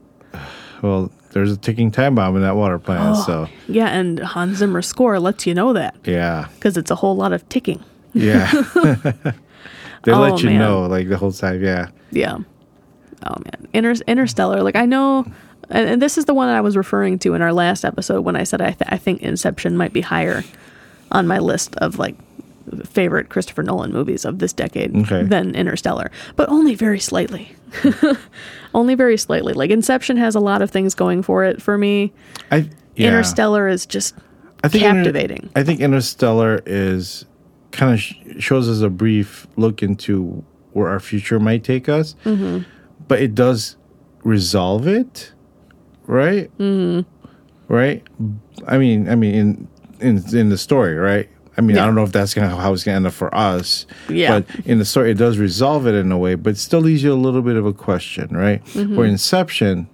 A: Well, there's a ticking time bomb in that water plant,
B: Oh.
A: so
B: Yeah, and Hans Zimmer score lets you know that
A: yeah.
B: because it's a whole lot of ticking.
A: Yeah. they
B: Oh,
A: let you
B: man.
A: know like the whole time, yeah.
B: Yeah. Oh man, Inter- Interstellar. Like I know, and, and this is the one that I was referring to in our last episode when I said I, th- I think Inception might be higher on my list of like favorite Christopher Nolan movies of this decade
A: Okay.
B: than Interstellar, but only very slightly. only very slightly. Like Inception has a lot of things going for it for me.
A: I yeah.
B: Interstellar is just
A: I Inter-
B: captivating.
A: I think Interstellar is kind of sh- shows us a brief look into where our future might take us,
B: Mm-hmm.
A: but it does resolve it, right? Mm-hmm. Right. I mean, I mean, in in in the story, right? I mean,
B: Yeah.
A: I don't know if that's gonna how it's gonna end up for us.
B: Yeah.
A: But in the story, it does resolve it in a way, but it still leaves you a little bit of a question, right?
B: Mm-hmm.
A: Where Inception,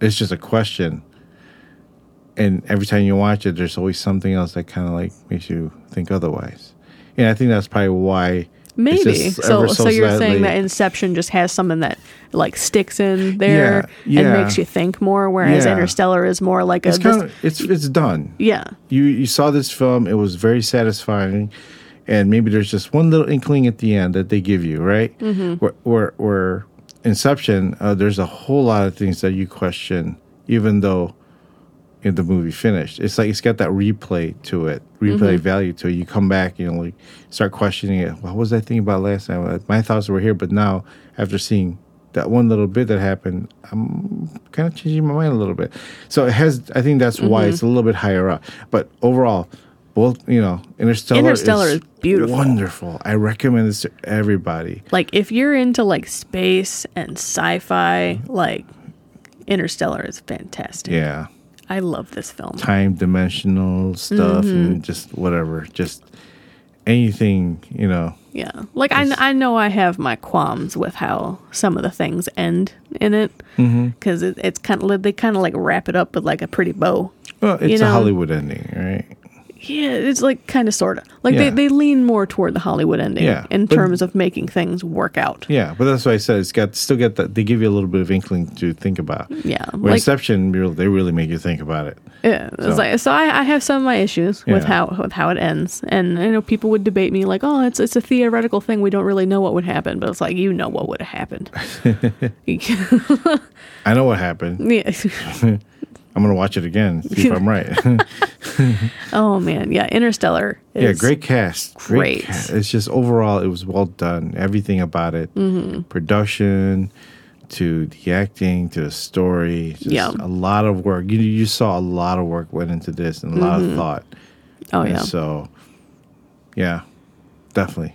A: it's just a question and every time you watch it, there's always something else that kind of like makes you think otherwise. And I think that's probably why. it's
B: Maybe
A: just
B: so.
A: ever
B: So you're saying
A: slightly-
B: that Inception just has something that like sticks in there
A: Yeah,
B: and
A: yeah.
B: makes you think more, whereas
A: Yeah.
B: Interstellar is more like a
A: it's
B: this-
A: kind of it's it's done.
B: yeah,
A: You you saw this film; it was very satisfying, and maybe there's just one little inkling at the end that they give you, right?
B: Mm-hmm.
A: Where, where where Inception, uh, there's a whole lot of things that you question, even though. in the movie finished. It's like it's got that replay to it, replay
B: Mm-hmm.
A: value to it. You come back, you know, like start questioning it. What was I thinking about last time? Like, My thoughts were here, but now after seeing that one little bit that happened, I'm kind of changing my mind a little bit. So it has. I think that's why
B: Mm-hmm.
A: it's a little bit higher up. But overall, both you know, Interstellar,
B: Interstellar is beautiful.
A: wonderful. I recommend this to everybody.
B: like if you're into like space and sci-fi, like Interstellar is fantastic.
A: Yeah,
B: I love this film.
A: time dimensional stuff
B: Mm-hmm.
A: and just whatever, just anything you know.
B: Yeah, like I, I know I have my qualms with how some of the things end in it
A: Mm-hmm.
B: because it, it's kind of they kind of like wrap it up with like a pretty bow.
A: Well, it's
B: you
A: a
B: know?
A: Hollywood ending, right?
B: Yeah, it's like kind of sort of like they,
A: Yeah.
B: they lean more toward the Hollywood ending
A: Yeah,
B: in
A: but-
B: terms of making things work out.
A: Yeah, but that's why I said it's got still got that. They give you a little bit of inkling to think about.
B: Yeah,
A: Where
B: like-
A: Inception, you know, they really make you think about it.
B: Yeah, so,
A: So-
B: like, so I, I have some of my issues with
A: Yeah.
B: how with how it ends, and I know people would debate me like, oh, it's it's a theoretical thing. We don't really know what would happen, but it's like you know what would have happened. yeah,
A: I know what happened. I'm gonna watch it again see if I'm right.
B: oh man, yeah, Interstellar. Is,
A: yeah, great cast.
B: great.
A: cast. It's just overall, it was well done. Everything about it,
B: Mm-hmm.
A: production, to the acting, to the story. Just
B: Yeah.
A: a lot of work. You you saw a lot of work went into this and a lot
B: Mm-hmm.
A: of thought.
B: Oh
A: And
B: yeah,
A: So, yeah, definitely,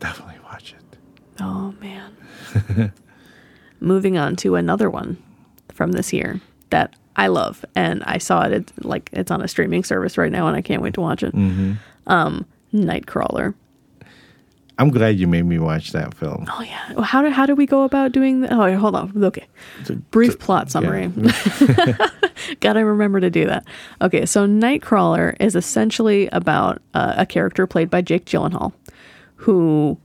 A: definitely watch it.
B: Oh man. Moving on to another one from this year that I love, and I saw it. It's like it's on a streaming service right now, and I can't wait to watch it. Um, Nightcrawler.
A: I'm glad you made me watch that film.
B: Oh yeah. Well, How do how do we go about doing? The, oh, hold on. Okay. Brief plot summary. Gotta remember to do that. Okay, so Nightcrawler is essentially about uh, a character played by Jake Gyllenhaal who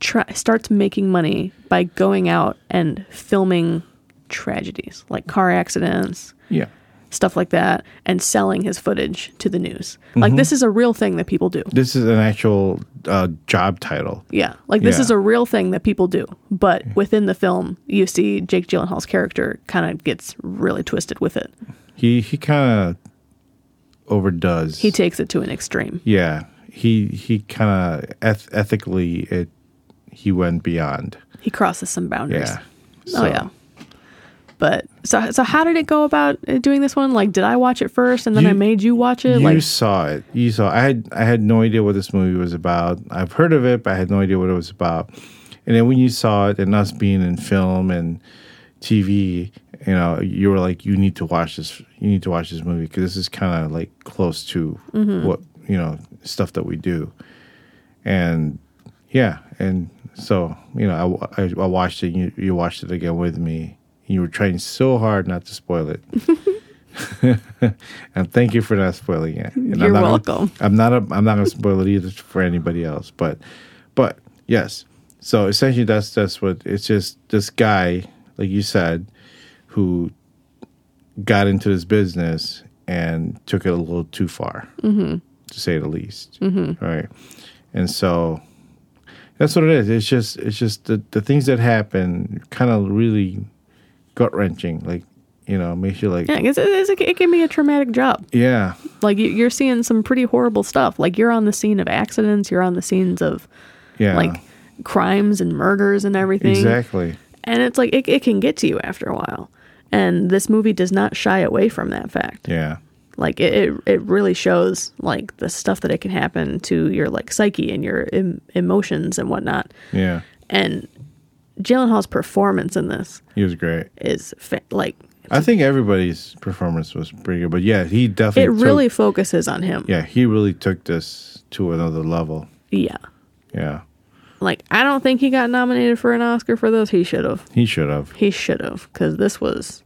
B: try, starts making money by going out and filming tragedies like car accidents,
A: Yeah.
B: stuff like that, and selling his footage to the news. Like, this is a real thing that people do.
A: This is an actual uh, job title.
B: Yeah, like this
A: Yeah.
B: is a real thing that people do. But within the film, you see Jake Gyllenhaal's character kind of gets really twisted with it.
A: He he kind of overdoes.
B: He takes it to an extreme.
A: yeah. He he kind of eth- ethically it he went beyond.
B: He crosses some boundaries.
A: Yeah.
B: Oh
A: So,
B: yeah. But so so how did it go about uh, doing this one? Like, did I watch it first and then
A: You-
B: I made you watch it?
A: You
B: like,
A: saw it. You saw. I had I had no idea what this movie was about. I've heard of it, but I had no idea what it was about. And then when you saw it, and us being in film and TV, you know, you were like, you need to watch this. You need to watch this movie because this is kind of like close to what you know stuff that we do. And yeah, and so you know, I wa- I, I watched it. You you watched it again with me. You were trying so hard not to spoil it. and thank you for not spoiling it. And
B: You're
A: I'm not
B: welcome.
A: Gonna, I'm not. A, I'm not going to spoil it either for anybody else. But, but yes. So essentially, that's that's what it's just this guy, like you said, who got into this business and took it a little too far, to say the least.
B: Mm-hmm.
A: Right, and so that's what it is. It's just it's just the the things that happen kind of really gut wrenching. Like you know, makes you like
B: Yeah, it's, it's, it can be a traumatic job.
A: yeah.
B: Like you, you're seeing some pretty horrible stuff. Like you're on the scene of accidents. You're on the scenes of
A: Yeah.
B: like crimes and murders and everything.
A: exactly.
B: And it's like it, it can get to you after a while. And this movie does not shy away from that fact.
A: Yeah.
B: Like it, it, it really shows like the stuff that it can happen to your like psyche and your em- emotions and whatnot.
A: Yeah.
B: And Jalen Hall's performance in this
A: He was great.
B: is fa- like
A: I think everybody's performance was pretty good, but yeah, he
B: it
A: definitely took-
B: really focuses on him.
A: yeah, he really took this to another level.
B: Yeah.
A: Yeah.
B: Like I don't think he got nominated for an Oscar for this. He should have.
A: He should have.
B: He should have because this was.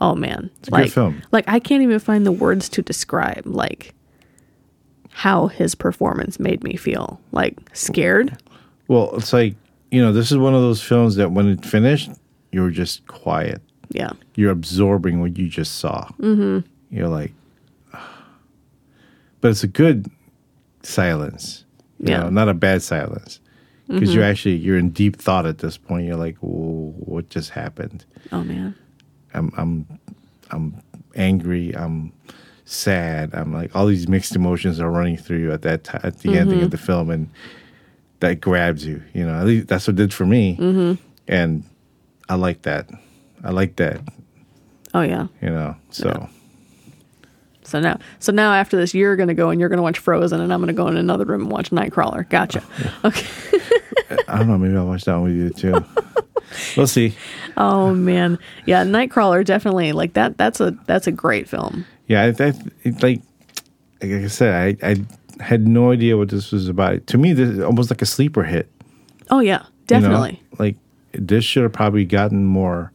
B: Oh man, it's
A: a good film.
B: Like I can't even find the words to describe like how his performance made me feel. Like scared.
A: Well, it's like, you know, this is one of those films that when it finished, you were just quiet.
B: Yeah.
A: You're absorbing what you just saw. Mm-hmm. You're like, but it's a good silence. You
B: Yeah.
A: know, not a bad silence. Because you're actually you're in deep thought at this point. You're like, Whoa, what just happened?
B: Oh man.
A: I'm I'm I'm angry. I'm sad. I'm like all these mixed emotions are running through you at that time at the ending of the film, and that grabs you. You know, at least that's what it did for me, mm-hmm. and I like that. I like that.
B: Oh yeah.
A: You know, so
B: So now, so now after this, you're gonna go and you're gonna watch Frozen, and I'm gonna go in another room and watch Nightcrawler. Gotcha. Okay.
A: I don't know. Maybe I'll watch that one with you too. we'll see.
B: Oh man. Yeah. Nightcrawler definitely like that. That's a that's a great film.
A: Yeah, I, I, it, like like I said, I I had no idea what this was about. To me, this is almost like a sleeper hit.
B: Oh yeah.
A: you know?
B: Definitely.
A: Like this should have probably gotten more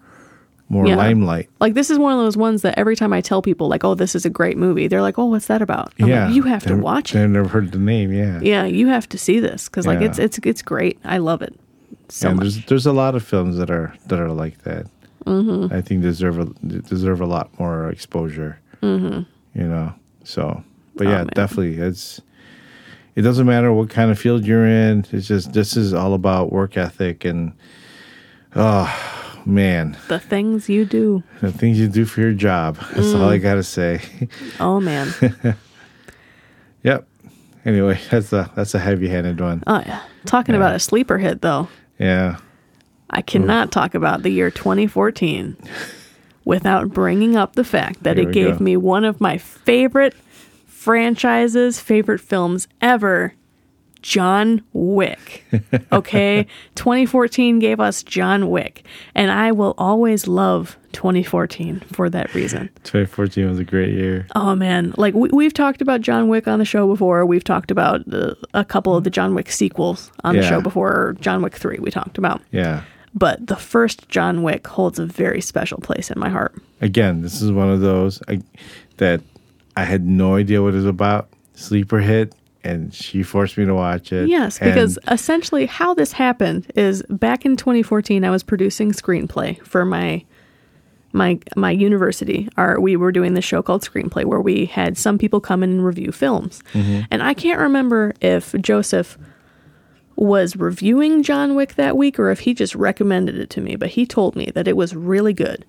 A: more
B: Yeah.
A: limelight.
B: Like this is one of those ones that every time I tell people like, "Oh, this is a great movie," they're like, "Oh, what's that about?" I'm
A: yeah,
B: like, you have to
A: They've-
B: watch it.
A: They've never heard the name. Yeah,
B: Yeah, you have to see this because like
A: Yeah.
B: it's it's it's great. I love it so
A: and
B: much.
A: there's there's a lot of films that are that are like that. Mm-hmm. I think deserve a deserve a lot more exposure. Mm-hmm. You know, so but
B: Oh,
A: yeah,
B: man.
A: definitely it's. It doesn't matter what kind of field you're in. It's just this is all about work ethic and oh man,
B: The things you do.
A: the things you do for your job. That's all
B: Mm.
A: I gotta say.
B: Oh man.
A: yep. Anyway, that's a that's a heavy-handed one.
B: oh yeah. Talking about a sleeper hit though,
A: Yeah.
B: I cannot
A: Mm.
B: talk about the year 2014 without bringing up the fact that
A: Here
B: it
A: we
B: gave
A: go.
B: me one of my favorite franchises, favorite films ever. John Wick. Okay. 2014 gave us John Wick. And I will always love 2014 for that reason.
A: 2014 was a great year.
B: Oh, man. Like, we, we've talked about John Wick on the show before. We've talked about uh, a couple of the John Wick sequels on the
A: Yeah.
B: show before. or John Wick 3, we talked about.
A: Yeah.
B: But the first John Wick holds a very special place in my heart.
A: Again, this is one of those I, that I had no idea what it was about. Sleeper hit, and she forced me to watch it.
B: Yes,
A: And-
B: because essentially how this happened is back in 2014 I was producing screenplay for my my my university. Our we were doing this show called Screenplay where we had some people come in and review films. And I can't remember if Joseph was reviewing John Wick that week or if he just recommended it to me, but he told me that it was really good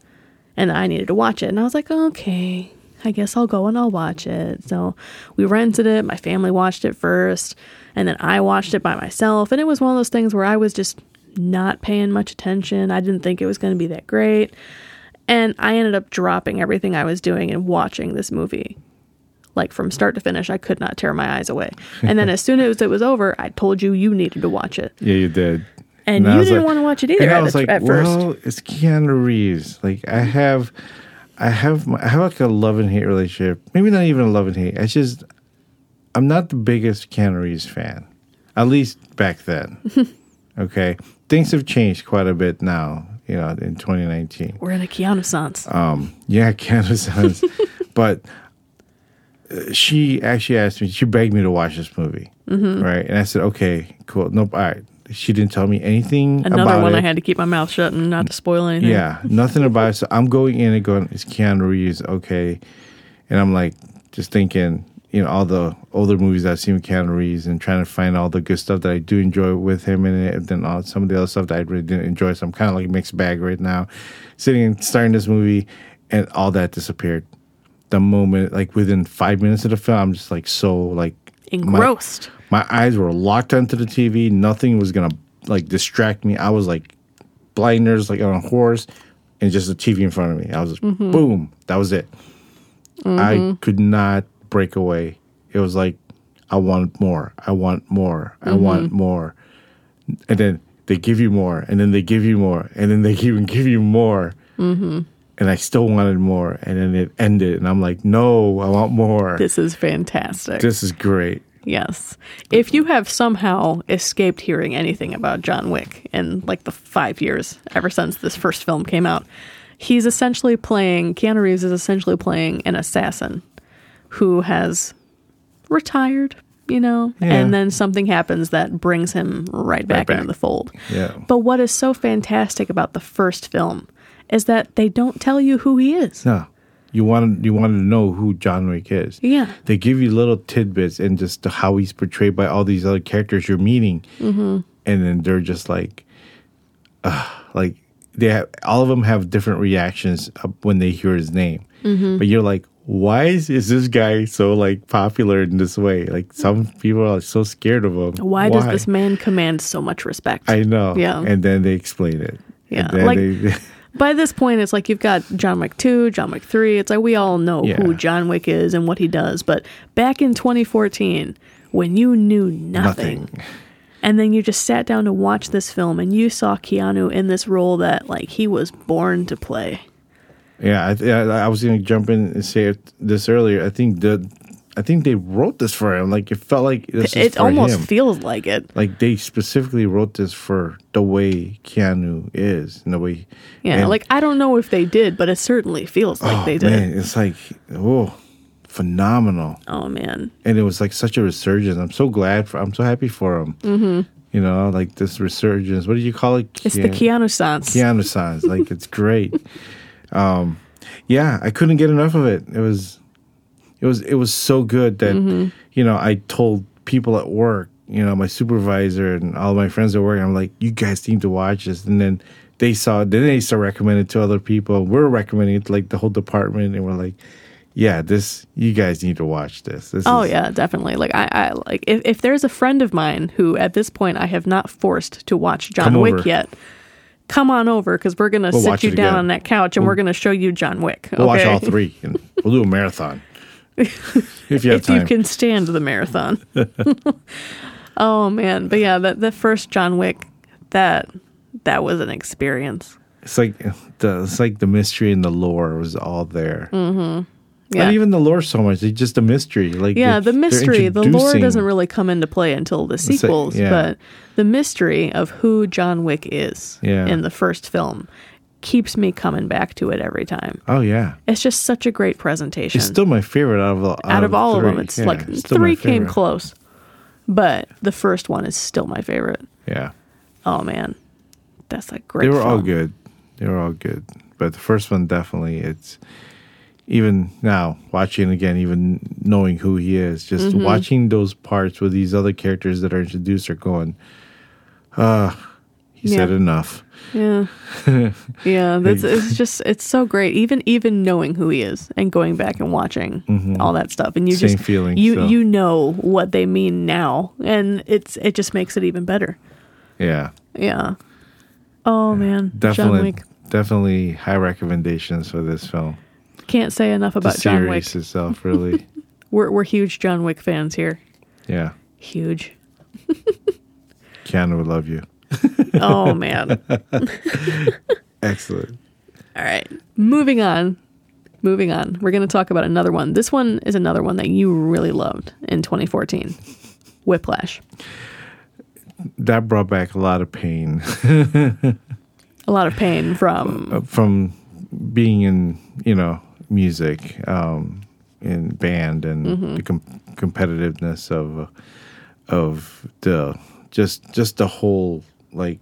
B: and I needed to watch it. And I was like, okay, I guess I'll go and I'll watch it. So we rented it. My family watched it first, and then I watched it by myself. And it was one of those things where I was just not paying much attention. I didn't think it was going to be that great. And I ended up dropping everything I was doing and watching this movie. Like from start to finish, I could not tear my eyes away. And then as soon as it was over, I told you you needed to watch it.
A: yeah, you did.
B: And
A: I
B: you
A: was
B: didn't wanna watch it either
A: And I
B: at
A: was
B: the-
A: like,
B: at first.
A: well, it's Keanu Reeves. Like I have, I have, my, I have like a love and hate relationship. Maybe not even a love and hate. It's just I'm not the biggest Keanu Reeves fan, at least back then. okay, things have changed quite a bit now. you know, in 2019.
B: We're in a Keanu sense.
A: Uh, Yeah, Candace Owens. but uh, she actually asked me, she begged me to watch this movie.
B: Mm-hmm.
A: Right. And I said, okay, cool. Nope. All right. She didn't tell me anything
B: Another
A: about
B: one
A: it.
B: I had to keep my mouth shut and not to spoil anything.
A: Yeah, nothing about it. So I'm going in and going, it's Keanu Reeves, okay. And I'm like, just thinking, you know, all the older movies I've seen with Keanu Reeves and trying to find all the good stuff that I do enjoy with him in it. And then all, some of the other stuff that I really didn't enjoy. So I'm kind of like mixed bag right now, sitting and starting this movie, and all that disappeared. The moment, like within five minutes of the film, I'm just like so like my-
B: Engrossed.
A: my eyes were locked onto the TV. Nothing was gonna like distract me. I was like blinders, like on a horse, and just the TV in front of me. I was just boom. That was it. I could not break away. It was like I want more. I want more. I want more. And then they give you more, and then they give you more, and then they even give you more. And I still wanted more, and then it ended, and I'm like, no, I want more.
B: This is fantastic.
A: this is great.
B: Yes. If you have somehow escaped hearing anything about John Wick in like the five years ever since this first film came out, he's essentially playing, Keanu Reeves is essentially playing an assassin who has retired, you know, and then something happens that brings him right back,
A: back.
B: into the fold.
A: Yeah.
B: But what is so fantastic about the first film is that they don't tell you who he is.
A: No. You wanted you wanted to know who John Wick is.
B: Yeah.
A: They give you little tidbits and just how he's portrayed by all these other characters you're meeting,
B: Mm-hmm.
A: and then they're just like, uh, like they have all of them have different reactions uh, when they hear his name,
B: Mm-hmm.
A: but you're like. Why is, is this guy so like popular in this way? Like some people are so scared of him.
B: Why, does this man command so much respect?
A: I know.
B: Yeah.
A: And then they explain it.
B: Yeah,
A: And then
B: like-
A: they-
B: By this point, it's like you've got John Wick 2, John Wick 3. It's like we all know
A: Yeah.
B: who John Wick is and what he does. But back in 2014, when you knew nothing,
A: nothing.
B: and then you just sat down to watch this film and you saw Keanu in this role that, like, he was born to play.
A: Yeah, I, th- I, I was going to jump in and say it, this earlier. I think the, I think they wrote this for him. Like it felt like this is
B: It
A: for
B: almost
A: him.
B: feels like it.
A: like they specifically wrote this for the way Keanu is and the way.
B: Yeah.
A: and-
B: like, I don't know if they did, but it certainly feels like
A: oh,
B: they did.
A: Man, it's like oh, phenomenal,
B: Oh, man.
A: and it was like such a resurgence. I'm so glad for. I'm so happy for him. Mm-hmm. You know, like this resurgence. What do you call it?
B: It's the
A: Keanu-
B: Keanu sense.
A: Keanu signs. Like it's great. Um, yeah, I couldn't get enough of it. It was, it was, it was so good that
B: Mm-hmm.
A: you know I told people at work, you know, my supervisor and all my friends at work. I'm like, you guys need to watch this, and then they saw it. Then they started recommending it to other people. We're recommending it to like the whole department, and we're like, yeah, this you guys need to watch this. This
B: Oh
A: is,
B: yeah, definitely. Like I, I like if, if there's a friend of mine who at this point I have not forced to watch John
A: Come
B: Wick
A: over.
B: yet, come on over because we're gonna
A: We'll
B: sit
A: watch
B: you
A: it
B: down
A: again.
B: on that couch and we're gonna show you John Wick.
A: We'll watch
B: okay?
A: all three, and we'll do a marathon if you have
B: if
A: time.
B: you can stand the marathon. oh man, but yeah, that the first John Wick, that that was an experience.
A: It's like the it's like the mystery and the lore was all there.
B: Mm-hmm. Yeah.
A: Not even the lore so much; it's just the mystery. Like
B: yeah,
A: they're-
B: the
A: they're
B: mystery, the lore
A: introducing-
B: doesn't really come into play until the
A: like-
B: sequels,
A: yeah.
B: but the mystery of who John Wick is
A: Yeah.
B: in the first film keeps me coming back to it every time.
A: Oh yeah,
B: It's just such a great presentation.
A: it's still my favorite out of all-
B: out, of all of them,
A: three.
B: it's
A: Yeah,
B: like
A: it's still my
B: three came
A: favorite.
B: close, but the first one is still my favorite.
A: Yeah,
B: Oh man, that's a great.
A: they were all
B: film.
A: good. They were all good, but the first one definitely. It's even now watching it again, even knowing who he is, just
B: Mm-hmm.
A: watching those parts with these other characters that are introduced are going. Ah, he said
B: Yeah.
A: enough.
B: Yeah, yeah. That's it's just it's so great. Even even knowing who he is and going back and watching all that stuff, and you
A: Mm-hmm. Same
B: just
A: feeling,
B: you
A: so.
B: you know what they mean now, and it's it just makes it even better.
A: Yeah,
B: Yeah. Oh man, John
A: definitely,
B: Wick.
A: definitely high recommendations for this film.
B: Can't say enough
A: the
B: about John Wick.
A: series itself, really.
B: We're we're huge John Wick fans here.
A: yeah,
B: Huge.
A: Keanu would love you.
B: Oh man.
A: Excellent.
B: All right. Moving on. Moving on. We're going to talk about another one. This one is another one that you really loved in 2014. Whiplash.
A: That brought back a lot of pain.
B: a lot of pain from
A: uh, from being in you know music um in band and
B: Mm-hmm.
A: the com- competitiveness of of the just just the whole like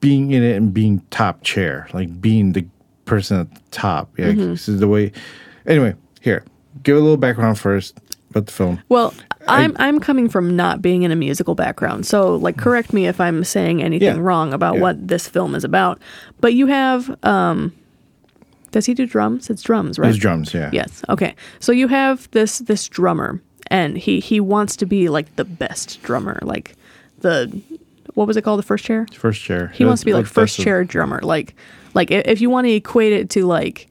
A: being in it and being top chair like being the person at the top yeah
B: Mm-hmm.
A: this is the way anyway here give a little background first about the film
B: well i'm i'm coming from not being in a musical background so like correct me if i'm saying anything
A: Yeah.
B: wrong about
A: Yeah.
B: what this film is about but you have um does he do drums it's drums right
A: those drums yeah
B: Yes. Okay. So you have this this drummer, and he he wants to be like the best drummer, like the what was it called, the first chair?
A: first chair
B: He wants to be like
A: That's-
B: first
A: that's-
B: chair drummer, like like i- if you want to equate it to like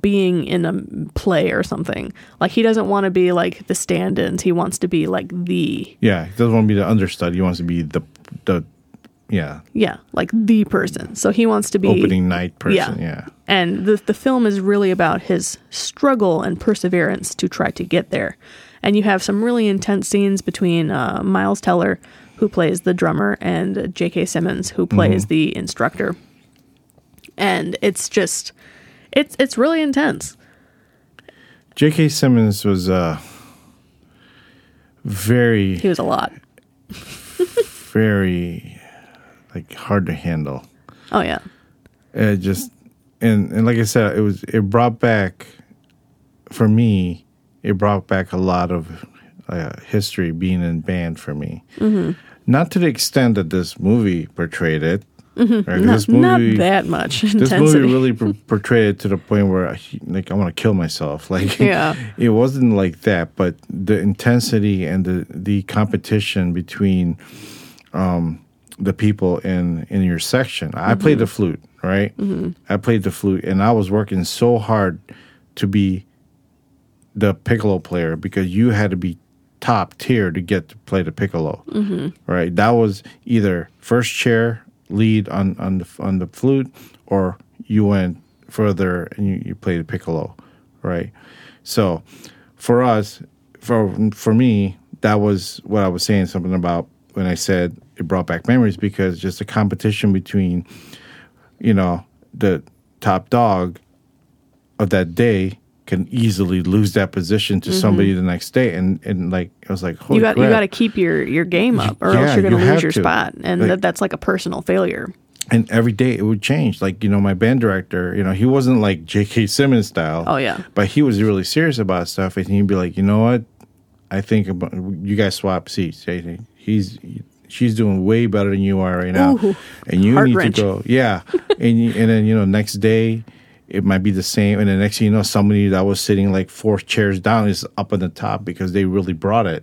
B: being in a play or something, like he doesn't want to be like the stand-ins. He wants to be like the
A: yeah he doesn't want to be the understudy he wants to be the the yeah
B: yeah like the person. So he wants to be
A: opening night person. Yeah.
B: And the the film is really about his struggle and perseverance to try to get there. And you have some really intense scenes between uh, Miles Teller, who plays the drummer, and J.K. Simmons, who plays
A: Mm-hmm.
B: the instructor. And it's just, it's it's really intense.
A: J.K. Simmons was uh, very,
B: He was a lot.
A: very like hard to handle.
B: Oh yeah,
A: It just and and like I said, it was it brought back for me. It brought back a lot of uh, history being in band for me.
B: Mm-hmm.
A: Not to the extent that this movie portrayed it. right?
B: Mm-hmm. not,
A: This movie,
B: not that much
A: this movie
B: intensity.
A: really por- portrayed it to the point where I, like I want to kill myself. Like
B: Yeah.
A: it wasn't like that, but the intensity and the the competition between um the people in in your section. I played the flute, right? I played the flute and I was working so hard to be the piccolo player because you had to be top tier to get to play the piccolo. Mm-hmm. Right? That was either first chair lead on on the on the flute, or you went further and you, you played the piccolo. Right? So for us, for for me, that was what I was saying something about when I said it brought back memories because just the competition between, you know, the top dog of that day can easily lose that position to somebody the next day and and like I was like holy
B: Mm-hmm. you got
A: crap.
B: you got to keep your your game up, or
A: yeah,
B: else you're going
A: you
B: to lose
A: have
B: your
A: to.
B: spot, and
A: Like-
B: that, that's like a personal failure.
A: and every day it would change like you know my band director you know he wasn't like JK Simmons style
B: Oh, yeah.
A: but he was really serious about stuff and he'd be like you know what I think about, you guys swap seats I think he's she's doing way better than you are right now
B: Ooh,
A: and you need
B: heart-wrenching.
A: to go yeah and you- and then you know next day it might be the same and the next thing you know somebody that was sitting like four chairs down is up on the top because they really brought it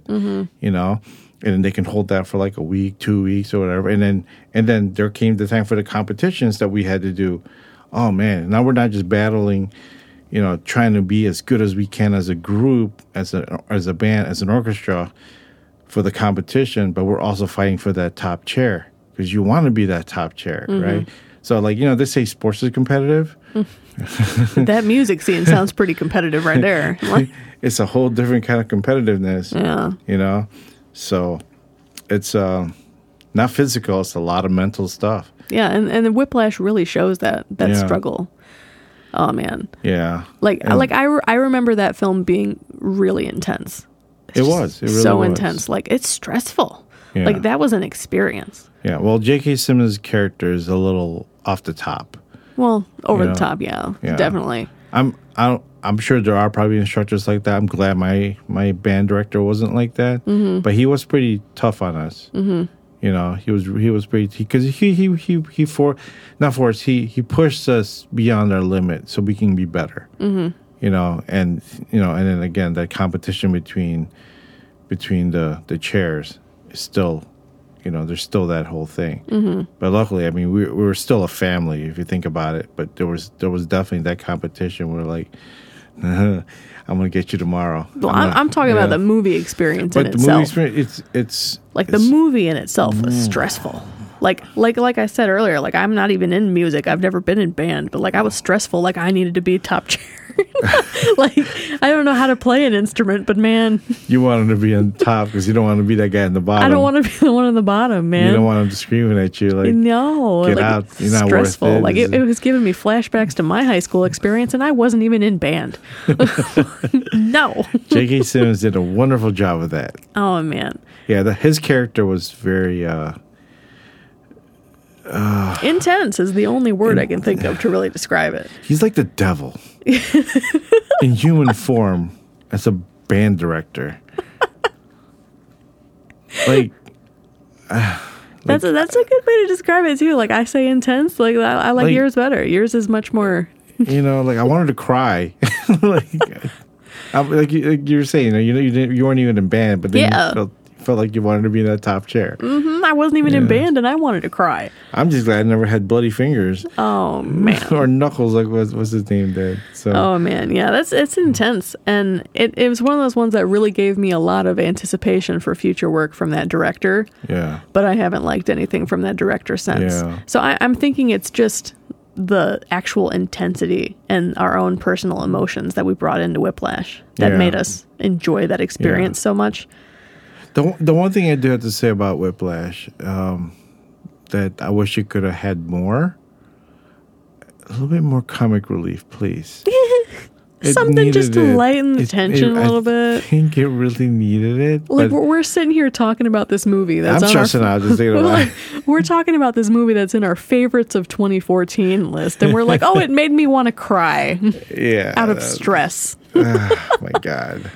A: you know and then they can hold that for like a week two weeks or whatever and then and then there came the time for the competitions that we had to do oh man now we're not just battling you know trying to be as good as we can as a group as a as a band as an orchestra for the competition, but we're also fighting for that top chair because you want to be that top chair,
B: Mm-hmm.
A: right? So, like, you know, they say sports is competitive.
B: that music scene sounds pretty competitive right there. Like,
A: It's a whole different kind of competitiveness,
B: Yeah.
A: you know? So it's uh, not physical, it's a lot of mental stuff.
B: Yeah, and, and the whiplash really shows that that
A: Yeah.
B: struggle. Oh man,
A: Yeah.
B: like
A: And
B: like I, re- I remember that film being really intense. It's
A: It
B: just
A: was. It really
B: so
A: was.
B: intense. Like it's stressful.
A: Yeah.
B: Like that was an experience.
A: Yeah. Well, J.K. Simmons' character is a little off the top.
B: Well, over
A: Yeah.
B: the top, yeah,
A: Yeah.
B: definitely.
A: I'm I don't, I'm sure there are probably instructors like that. I'm glad my my band director wasn't like that,
B: Mm-hmm.
A: but he was pretty tough on us. Mm-hmm. You know, he was he was pretty because he he he he for not for us he he pushed us beyond our limit so we can be better. Mm-hmm. You know, and you know, and then again that competition between between the the chairs is still. You know, there's still that whole thing, mm-hmm. but luckily, I mean, we, we were still a family if you think about it. But there was there was definitely that competition where like, I'm gonna get you tomorrow.
B: Well, I'm, I'm talking about the movie experience
A: but
B: in
A: the
B: itself.
A: movie experience. It's it's
B: like the
A: it's-
B: movie in itself was stressful like like like i said earlier like i'm not even in music i've never been in band but like i was stressful like i needed to be top chair like I don't know how to play an instrument, but man,
A: You want him to be on top because you don't want to be that guy in the bottom.
B: I don't want to be the one on the bottom, man.
A: You don't want him screaming at you like
B: no,
A: Get
B: like,
A: out.
B: it's
A: You're not worth
B: stressful.
A: it.
B: Like
A: This
B: it,
A: is-
B: it was giving me flashbacks to my high school experience, and I wasn't even in band. no.
A: J.K. Simmons did a wonderful job of that.
B: Oh man,
A: Yeah, the, his character was very. uh
B: intense is the only word I can think of to really describe it.
A: He's like the devil in human form as a band director. Like
B: That's a, that's a good way to describe it too. Like I say intense, like I, I like,
A: Like-
B: yours better. Yours is much more.
A: you know, like I wanted to cry. like, I, like, you, like you were saying, you know, you didn't, you weren't even in band, but then
B: Yeah.
A: you felt, felt like you wanted to be in that top chair.
B: Mm, I wasn't even in
A: Yeah.
B: band, and I wanted to cry.
A: I'm just glad I never had bloody fingers
B: Oh man.
A: or knuckles. Like what's, what's his name did. So
B: Oh man, yeah, that's it's intense, and it, it was one of those ones that really gave me a lot of anticipation for future work from that director.
A: yeah,
B: But I haven't liked anything from that director since.
A: Yeah.
B: So I, I'm thinking it's just the actual intensity and our own personal emotions that we brought into Whiplash that
A: Yeah.
B: made us enjoy that experience so much.
A: the the one thing I do have to say about Whiplash, um, that I wish it could have had more, a little bit more comic relief, please. It
B: Something just
A: needed
B: to
A: it.
B: lighten the
A: It- it-
B: tension a little bit.
A: I think it really needed it.
B: Like
A: but
B: we're, we're sitting here talking about this movie that's
A: I'm
B: on our
A: stressing out just thinking
B: We're
A: about it.
B: like, we're talking about this movie that's in our favorites of 2014 list, and we're like, oh, it made me want to cry
A: yeah
B: out of
A: that-
B: stress.
A: ah, my god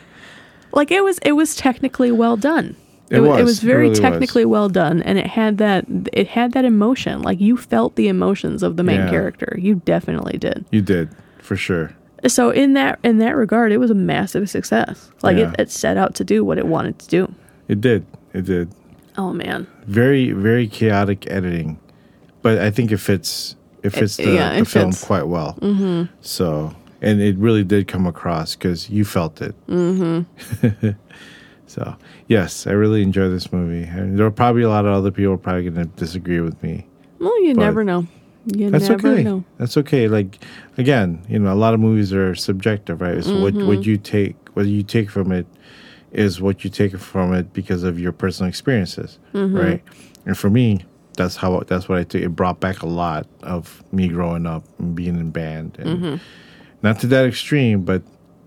B: Like it was, it was technically well done.
A: It
B: wa-
A: was.
B: It was
A: It
B: very
A: really was.
B: technically well done, and it had that. It had that emotion. Like you felt the emotions of the main
A: Yeah.
B: character. You definitely did.
A: you did for sure
B: So in that in that regard, it was a massive success. Like
A: Yeah.
B: it, it set out to do what it wanted to do.
A: it did it did
B: Oh man,
A: very very chaotic editing but i think it fits it fits the,
B: yeah,
A: the
B: it
A: film
B: fits.
A: quite well mm-hmm. so and it really did come across because you felt it mm-hmm.
B: Mm-hmm.
A: so yes i really enjoy this movie and there are probably a lot of other people probably going to disagree with me
B: well, you never know. You
A: that's
B: never
A: okay
B: know.
A: that's okay like again you know a lot of movies are subjective right so what,
B: Mm-hmm.
A: what you take what you take from it is what you take from it because of your personal experiences
B: Mm-hmm.
A: right and for me that's how that's what i took it brought back a lot of me growing up and being in band and
B: Mm-hmm.
A: not to that extreme but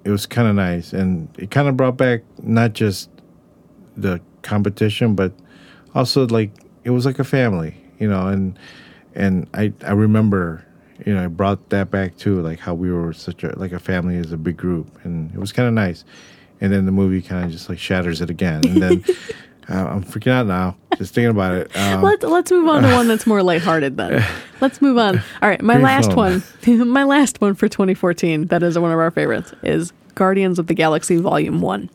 A: it was kind of nice and it kind of brought back not just the competition, but also like it was like a family, you know, and and I I remember, you know, I brought that back too, like how we were such a like a family as a big group, and it was kind of nice. And then the movie kind of just like shatters it again, and then uh, I'm freaking out now just thinking about it. Um,
B: Let, let's move on to one that's more lighthearted then. Let's move on. All right, my
A: Grief
B: last
A: film.
B: one. my last one for 2014 that is one of our favorites is Guardians of the Galaxy Volume 1.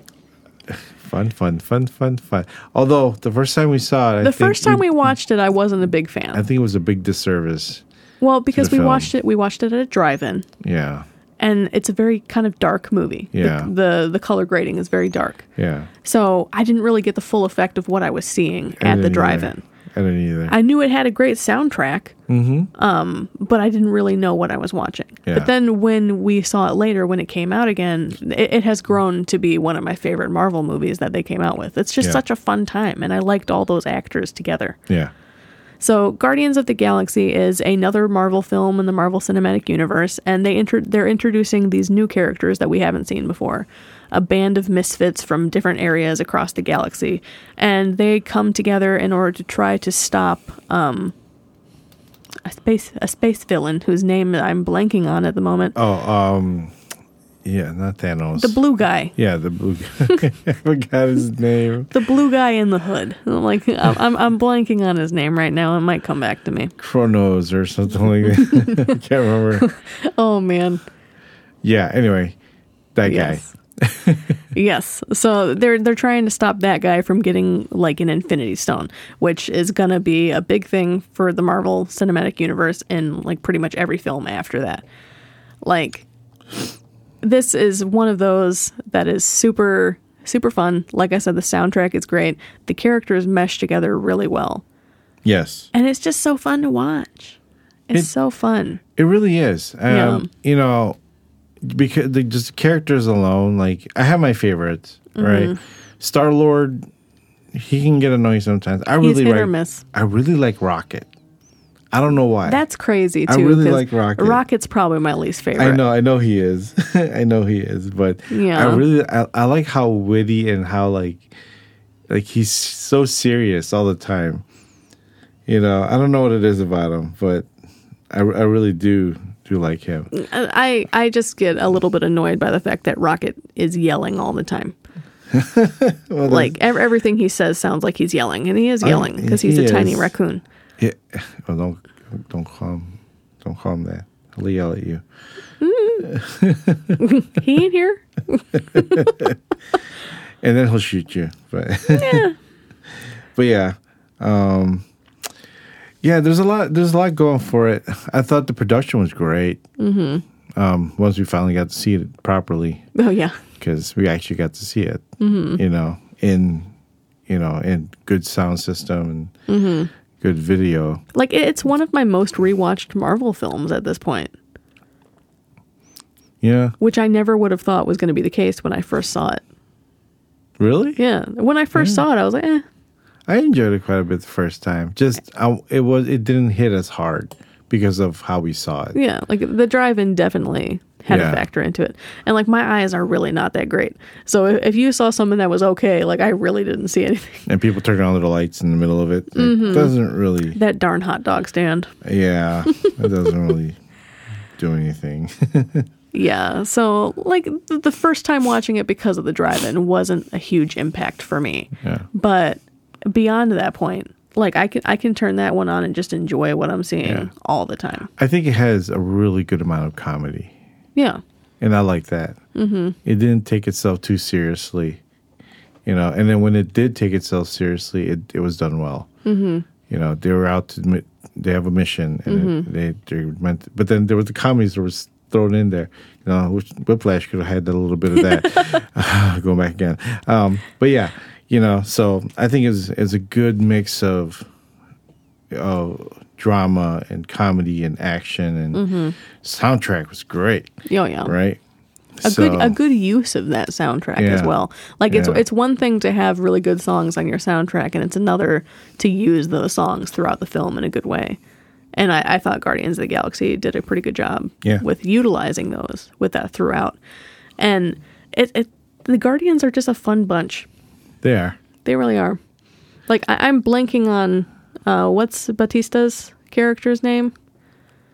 A: fun, fun, fun, fun, fun. Although the first time we saw it, I
B: The
A: think
B: first time we watched it I wasn't a big
A: I
B: fan.
A: think it was a big disservice.
B: Well, because
A: the
B: we
A: film.
B: watched it we watched it at a drive-in
A: Yeah,
B: and it's a very kind of dark movie. The-
A: Yeah.
B: The the, color grading is very dark.
A: yeah.
B: So, I didn't really get the full effect of what I was seeing
A: I
B: at the
A: didn't
B: drive-in.
A: either. I didn't either.
B: I knew it had a great soundtrack, mm-hmm. um, but I didn't really know what I was watching.
A: Yeah.
B: But then when we saw it later, when it came out again, it, it has grown to be one of my favorite Marvel movies that they came out with. It's just
A: Yeah.
B: such a fun time, and I liked all those actors together.
A: yeah,
B: So, Guardians of the Galaxy is another Marvel film in the Marvel Cinematic Universe, and they inter- they're introducing these new characters that we haven't seen before. A band of misfits from different areas across the galaxy, and they come together in order to try to stop um, a space a space villain whose name I'm blanking on at the moment.
A: Oh, um, yeah, not Thanos.
B: The blue guy,
A: yeah, the blue guy. I forgot his name.
B: the blue guy in the hood. I'm like I'm, I'm I'm blanking on his name right now. It might come back to me.
A: Chronos or something like that. I can't remember.
B: Oh man.
A: Yeah, anyway, that
B: Yes. yes. So they're they're trying to stop that guy from getting like an Infinity Stone, which is gonna be a big thing for the Marvel Cinematic Universe and like pretty much every film after that. Like this is one of those that is super super fun. Like I said, the soundtrack is great. The characters mesh together really well.
A: guy. Yes.
B: And it's just so fun to watch. It's
A: It-
B: so fun.
A: It really is. Um,
B: Yeah.
A: You know, because the just characters alone, like I have my favorites,
B: Mm-hmm.
A: right? Star Lord, he can get annoying sometimes. I
B: He's
A: really
B: hit
A: like,
B: or miss.
A: I really like Rocket. I don't know why.
B: That's crazy too.
A: I really
B: 'cause
A: like Rocket.
B: Rocket's probably my least favorite.
A: I know, I know he is. I know he is, but
B: Yeah.
A: I really I, I like how witty and how like like he's so serious all the time. You know, I don't know what it is about him, but I, I really do do like him.
B: Uh, I I just get a little bit annoyed by the fact that Rocket is yelling all the time. like ev- everything he says sounds like he's yelling, and he is yelling because he's
A: he
B: a tiny
A: is.
B: raccoon.
A: Yeah. Oh, don't don't call him don't call him that. He'll yell at you.
B: He ain't here.
A: and then he'll shoot you. But but yeah, um, yeah. There's a lot. There's a lot going for it. I thought the production was great. Mm-hmm. Um, once we finally got to see it properly,
B: Oh yeah,
A: because we actually got to see it. You know, in you know, in good sound system and good video.
B: like it- it's one of my most rewatched Marvel films at this point,
A: Yeah,
B: which I never would have thought was going to be the case when I first saw it.
A: really.
B: Yeah, when I first saw it, I was like, eh.
A: I enjoyed it quite a bit the first time. Just I, it was it didn't hit as hard because of how we saw it.
B: Yeah, like the drive-in definitely had
A: Yeah.
B: a factor into it, and like my eyes are really not that great. So if, if you saw something that was okay, like I really didn't see anything.
A: and people turning on their lights in the middle of it. It doesn't really,
B: That darn hot dog stand.
A: yeah, it doesn't really do anything.
B: Yeah, so like th- the first time watching it because of the drive-in wasn't a huge impact for me.
A: yeah,
B: But beyond that point, like I can I can turn that one on and just enjoy what I'm seeing
A: Yeah.
B: all the time.
A: I think it has a really good amount of comedy,
B: Yeah.
A: and I like that. Mm-hmm. It didn't take itself too seriously, you know. And then when it did take itself seriously, it it was done well. Mm-hmm. You know, they were out to mi- they have a mission, and it, they they were meant. but then there was the comedies that was thrown in there. You know, which Whiplash could have had a little bit of that. going back again. Um, but yeah, you know, so I think it's it's a good mix of of drama and comedy and action and soundtrack was great,
B: Oh yeah.
A: right?
B: a good a good use of that soundtrack as
A: Yeah.
B: well. Like it's
A: Yeah.
B: it's one thing to have really good songs on your soundtrack, and it's another to use those songs throughout the film in a good way. And I, I thought Guardians of the Galaxy did a pretty good job
A: Yeah.
B: with utilizing those with that throughout. And it, it the Guardians are just a fun bunch.
A: there.
B: They really are. Like I, I'm blanking on uh, what's Batista's character's name.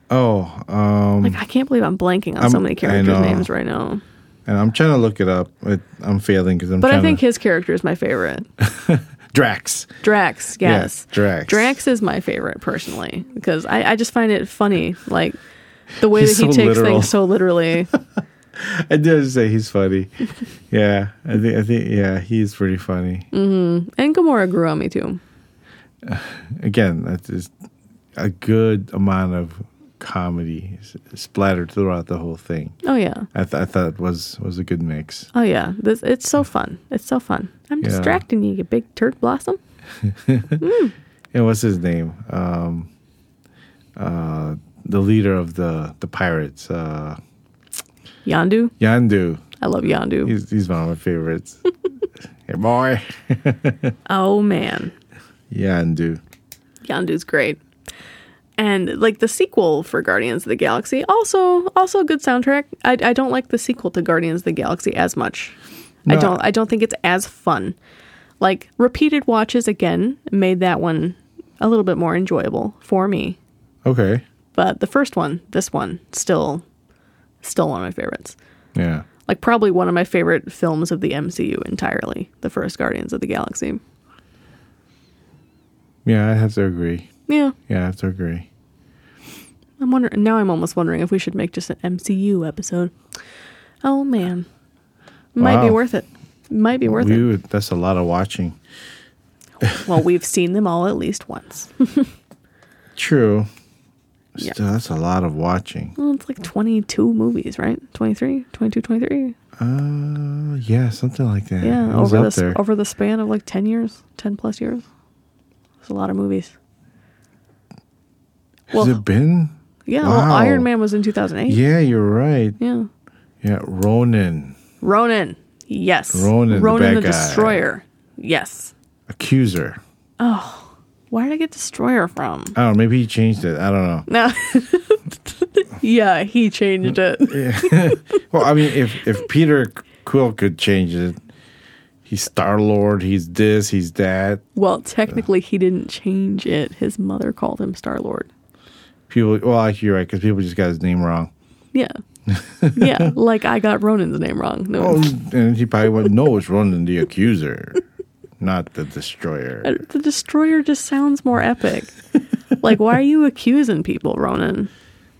A: Oh, um,
B: Like I can't believe I'm blanking on
A: I'm-
B: so many
A: I
B: characters'
A: know.
B: names right now.
A: and I'm trying to look it up. It, I'm failing because I'm
B: But
A: trying
B: I think
A: to,
B: his character is my favorite.
A: Drax.
B: Drax, yes.
A: Drax.
B: Drax is my favorite personally because I, I just find it funny, like the way
A: He's
B: that he
A: so
B: takes
A: literal.
B: things so literally.
A: I did say he's funny. yeah, I think I think yeah, he's pretty funny.
B: Mm. and Gamora grew on me too.
A: again, that's just a good amount of comedy s- splattered throughout the whole thing.
B: Oh yeah,
A: I, th- I thought it was was a good mix.
B: oh yeah. This it's so fun. It's so fun. I'm
A: Yeah.
B: distracting you, you big turd blossom.
A: And what's his name? Um, uh, the leader of the the pirates, uh,
B: Yandu,
A: Yandu.
B: I love Yandu.
A: He's he's one of my favorites. hey boy,
B: oh man,
A: Yandu.
B: Yandu's great. And like the sequel for Guardians of the Galaxy, also also a good soundtrack. I, I don't like the sequel to Guardians of the Galaxy as much. I
A: No.
B: don't I don't think it's as fun. Like repeated watches again made that one a little bit more enjoyable for me.
A: Okay,
B: But the first one, this one, still still one of my favorites.
A: yeah.
B: Like probably one of my favorite films of the MCU entirely, the first Guardians of the Galaxy.
A: Yeah, I have to agree.
B: Yeah.
A: Yeah, I have to agree.
B: I'm wondering now. I'm almost wondering if we should make just an MCU episode. Oh man, might be
A: Wow.
B: worth it. Might be worth
A: We would, that's a lot of watching.
B: it. Well, we've seen them all at least once.
A: True.
B: Yeah.
A: Still, that's a lot of watching.
B: well, it's like 22 movies, right? 23, 22, 23.
A: Uh, yeah, something like that.
B: Yeah,
A: it was
B: over
A: up
B: this
A: there.
B: over the span of like 10 years, 10 plus years. It's a lot of movies.
A: Has
B: well-
A: it been?
B: Yeah, well,
A: Wow.
B: Iron Man was in 2008.
A: Yeah, you're right.
B: yeah.
A: Yeah, Ronin,
B: Ronan. Yes.
A: Ronan, the
B: Ronan the,
A: bad guy.
B: Destroyer. Yes.
A: accuser.
B: Where did I get Destroyer from?
A: I don't know. Maybe he changed it. I don't know.
B: No. yeah, he changed it.
A: Well, I mean, if if Peter Quill could change it, he's Star Lord. He's this. He's that.
B: Well, technically, he didn't change it. His mother called him Star Lord.
A: People. Well, actually, you're right because people just got his name wrong.
B: Yeah. yeah, like I got Ronan's name wrong. No,
A: Oh, and he probably went, "No, it's Ronan the Accuser, not the Destroyer."
B: the Destroyer just sounds more epic. like, why are you accusing people, Ronan?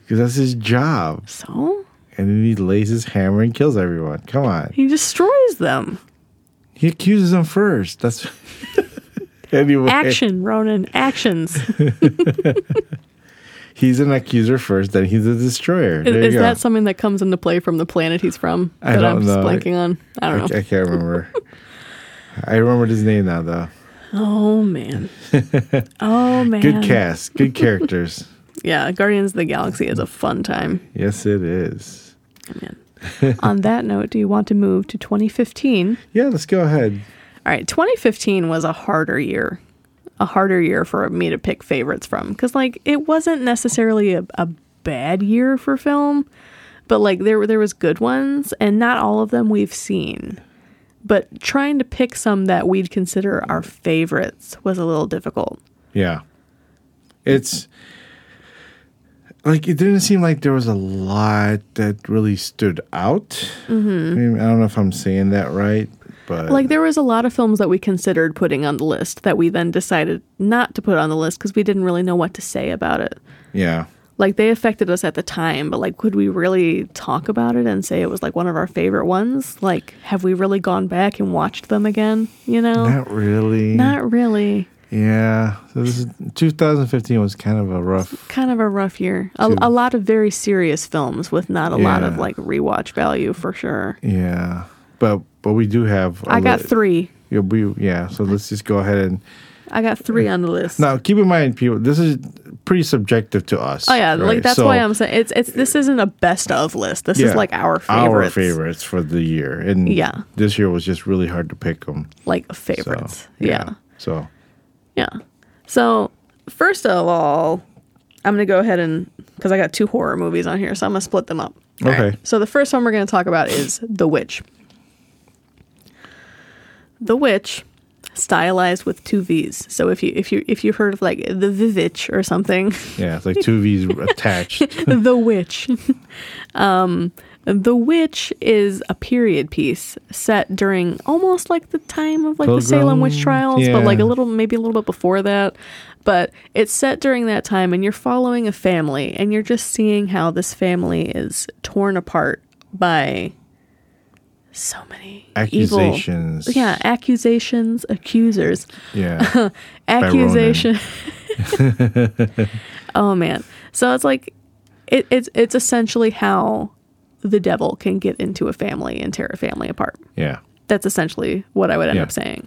A: Because that's his job.
B: So
A: And then he lays his hammer and kills everyone. Come on,
B: he destroys them.
A: he accuses them first. That's anyway.
B: Action, Ronan. Actions.
A: He's an accuser first, then he's a destroyer.
B: Is,
A: there you
B: is
A: go.
B: that something that comes into play from the planet he's from?
A: I
B: that
A: don't
B: I'm just
A: know.
B: blanking on. I
A: I,
B: don't know.
A: I can't remember. I remembered his name now, though.
B: Oh man. Oh man.
A: Good cast, good characters.
B: Yeah, Guardians of the Galaxy is a fun time.
A: yes, it is.
B: Man. on that note, do you want to move to 2015?
A: Yeah, let's go ahead.
B: All right, 2015 was a harder year. A harder year for me to pick favorites from because, like, it wasn't necessarily a, a bad year for film, but like there were- there was good ones, and not all of them we've seen. But trying to pick some that we'd consider our favorites was a little difficult.
A: Yeah, it's like it didn't seem like there was a lot that really stood out. I, mean, I don't know if I'm saying that right, but
B: Mm-hmm. Like there was a lot of films that we considered putting on the list that we then decided not to put on the list because we didn't really know what to say about it.
A: yeah,
B: like they affected us at the time but like could we really talk about it and say it was like one of our favorite ones like have we really gone back and watched them again you know not,
A: not really.
B: really
A: yeah, so this is, 2015 was kind of a rough.
B: kind of a rough year a, a lot of very serious films with not a lot of
A: Yeah.
B: like rewatch value for sure
A: Yeah, but but we do have. I
B: i got three
A: Yeah, we, yeah, so let's just go ahead and
B: i got three on the list
A: now keep in mind, people. This is pretty subjective to us.
B: oh yeah
A: right?
B: like that's
A: So
B: why i'm saying it's it's this isn't a best of list this
A: yeah,
B: is like our
A: our
B: favorites
A: favorites for the year, and
B: Yeah.
A: this year was just really hard to pick them.
B: like
A: So,
B: favorites yeah.
A: so
B: Yeah. So, first of all, I'm going to go ahead and because I got two horror movies on here, so I'm going to split them up. All
A: Okay.
B: So, the first one we're going to talk about is The Witch. The Witch stylized with two V's. So if you if you if you've heard of like the Vivitch or something,
A: yeah, it's like two V's attached.
B: the Witch. um The Witch is a period piece set during almost like the time of like the Salem witch
A: Pilgrim?
B: trials, but like a
A: Yeah.
B: little maybe a little bit before that. But it's set during that time and you're following a family and you're just seeing how this family is torn apart by so many evil-
A: Accusations.
B: yeah, accusations, accusers
A: Yeah,
B: accusation. oh man. So it's like it, it's it's essentially how the devil can get into a family and tear a family apart.
A: yeah,
B: That's essentially what I would end
A: Yeah.
B: up saying.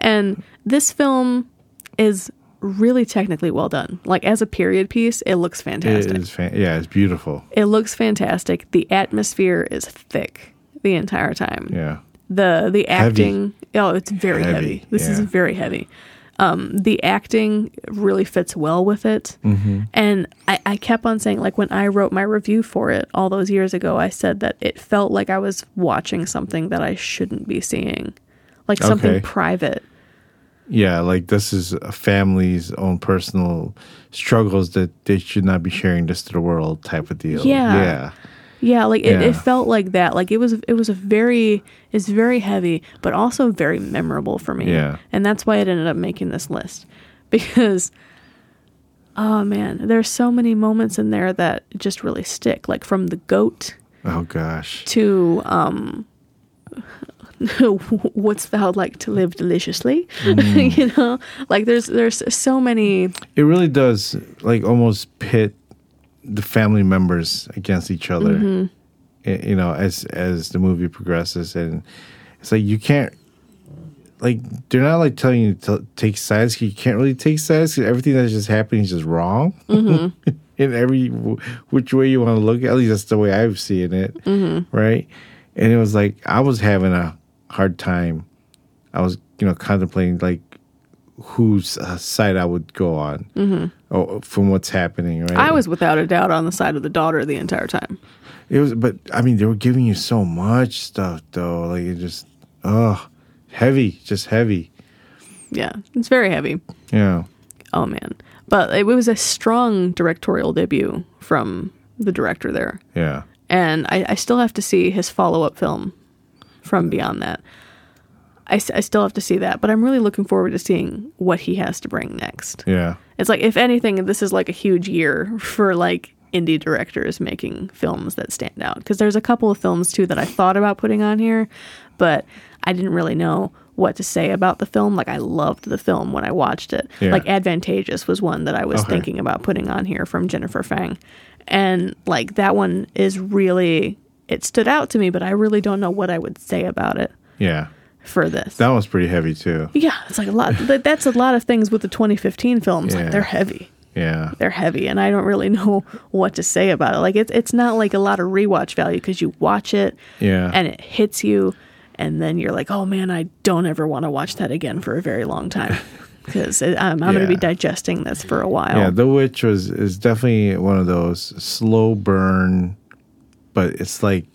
B: And this film is really technically well done. Like as a period piece, it looks
A: it
B: fantastic.
A: is. Fan- yeah, it's beautiful.
B: It looks fantastic. The atmosphere is thick the entire time
A: Yeah,
B: the the acting oh it's very heavy,
A: Heavy,
B: this is
A: yeah.
B: very heavy um the acting really fits well with it
A: Mm-hmm.
B: and I, I kept on saying like when i wrote my review for it all those years ago i said that it felt like i was watching something that i shouldn't be seeing like something
A: Okay.
B: private
A: yeah. Like this is a family's own personal struggles that they should not be sharing this to the world type of deal.
B: Yeah.
A: yeah.
B: yeah like it,
A: Yeah.
B: it felt like that like it was it was a very it's very heavy but also very memorable for me
A: Yeah.
B: and that's why it ended up making this list because oh man there's so many moments in there that just really stick like from the goat
A: Oh gosh.
B: to um what's thou like to live deliciously
A: Mm-hmm.
B: you know like there's there's so many
A: It really does, like almost pit the family members against each other. I- you know, as as the movie progresses, and it's like you can't, like they're not like telling you to take sides. 'cause You can't really take sides. 'cause everything that's just happening is just wrong. in every w- which way you want to look. At least that's the way I've seen it, right? And it was like I was having a hard time. I was, you know, contemplating like whose uh, side I would go on, or from what's happening. Right?
B: I was without a doubt on the side of the daughter the entire time.
A: It was, but I mean, they were giving you so much stuff though. Like it just, oh, heavy, just heavy.
B: Yeah, it's very heavy.
A: Yeah.
B: Oh man, but it was a strong directorial debut from the director there,
A: Yeah.
B: and I, I still have to see his follow-up film from beyond that. I, s- I still have to see that, but I'm really looking forward to seeing what he has to bring next.
A: Yeah.
B: It's like if anything, this is like a huge year for like indie directors making films that stand out. Because there's a couple of films too that I thought about putting on here, but I didn't really know what to say about the film. Like I loved the film when I watched it.
A: Yeah.
B: Like Advantageous was one that I was
A: Okay.
B: thinking about putting on here from Jennifer Fang. And like that one is really it stood out to me, but I really don't know what I would say about it
A: Yeah.
B: for this.
A: That was pretty heavy too.
B: yeah, it's like a lot. that- That's a lot of things with the 2015 films.
A: Yeah.
B: Like they're heavy
A: Yeah.
B: they're heavy and I don't really know what to say about it. Like it's it's not like a lot of rewatch value because you watch it
A: Yeah.
B: and it hits you and then you're like, "Oh man, I don't ever want to watch that again for a very long time." Cuz I'm, I'm going to be
A: Yeah.
B: digesting this for a while.
A: Yeah, The Witch was is definitely one of those slow burn, but it's like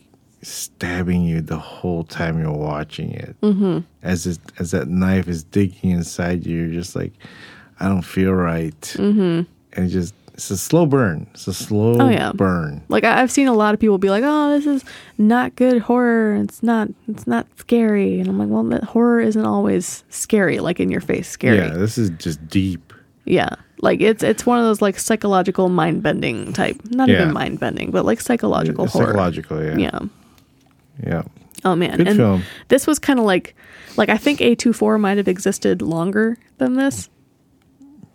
A: stabbing you the whole time you're watching it. Mm-hmm. As it, as that knife is digging inside you, you're just like, I don't feel right. Mm-hmm. And it just it's a slow burn. It's a slow
B: Oh, yeah.
A: burn.
B: Like I, I've seen a lot of people be like, "Oh, this is not good horror. It's not it's not scary." And I'm like, "Well, that horror isn't always scary like in your face scary."
A: Yeah, this is just deep.
B: Yeah. Like it's it's one of those like psychological mind bending type. Not
A: Yeah.
B: even mind bending, but like psychological
A: It's
B: horror.
A: psychological. Yeah.
B: Yeah.
A: Yeah.
B: Oh man.
A: Good
B: and
A: film.
B: this was kind of like like I think A24 might have existed longer than this.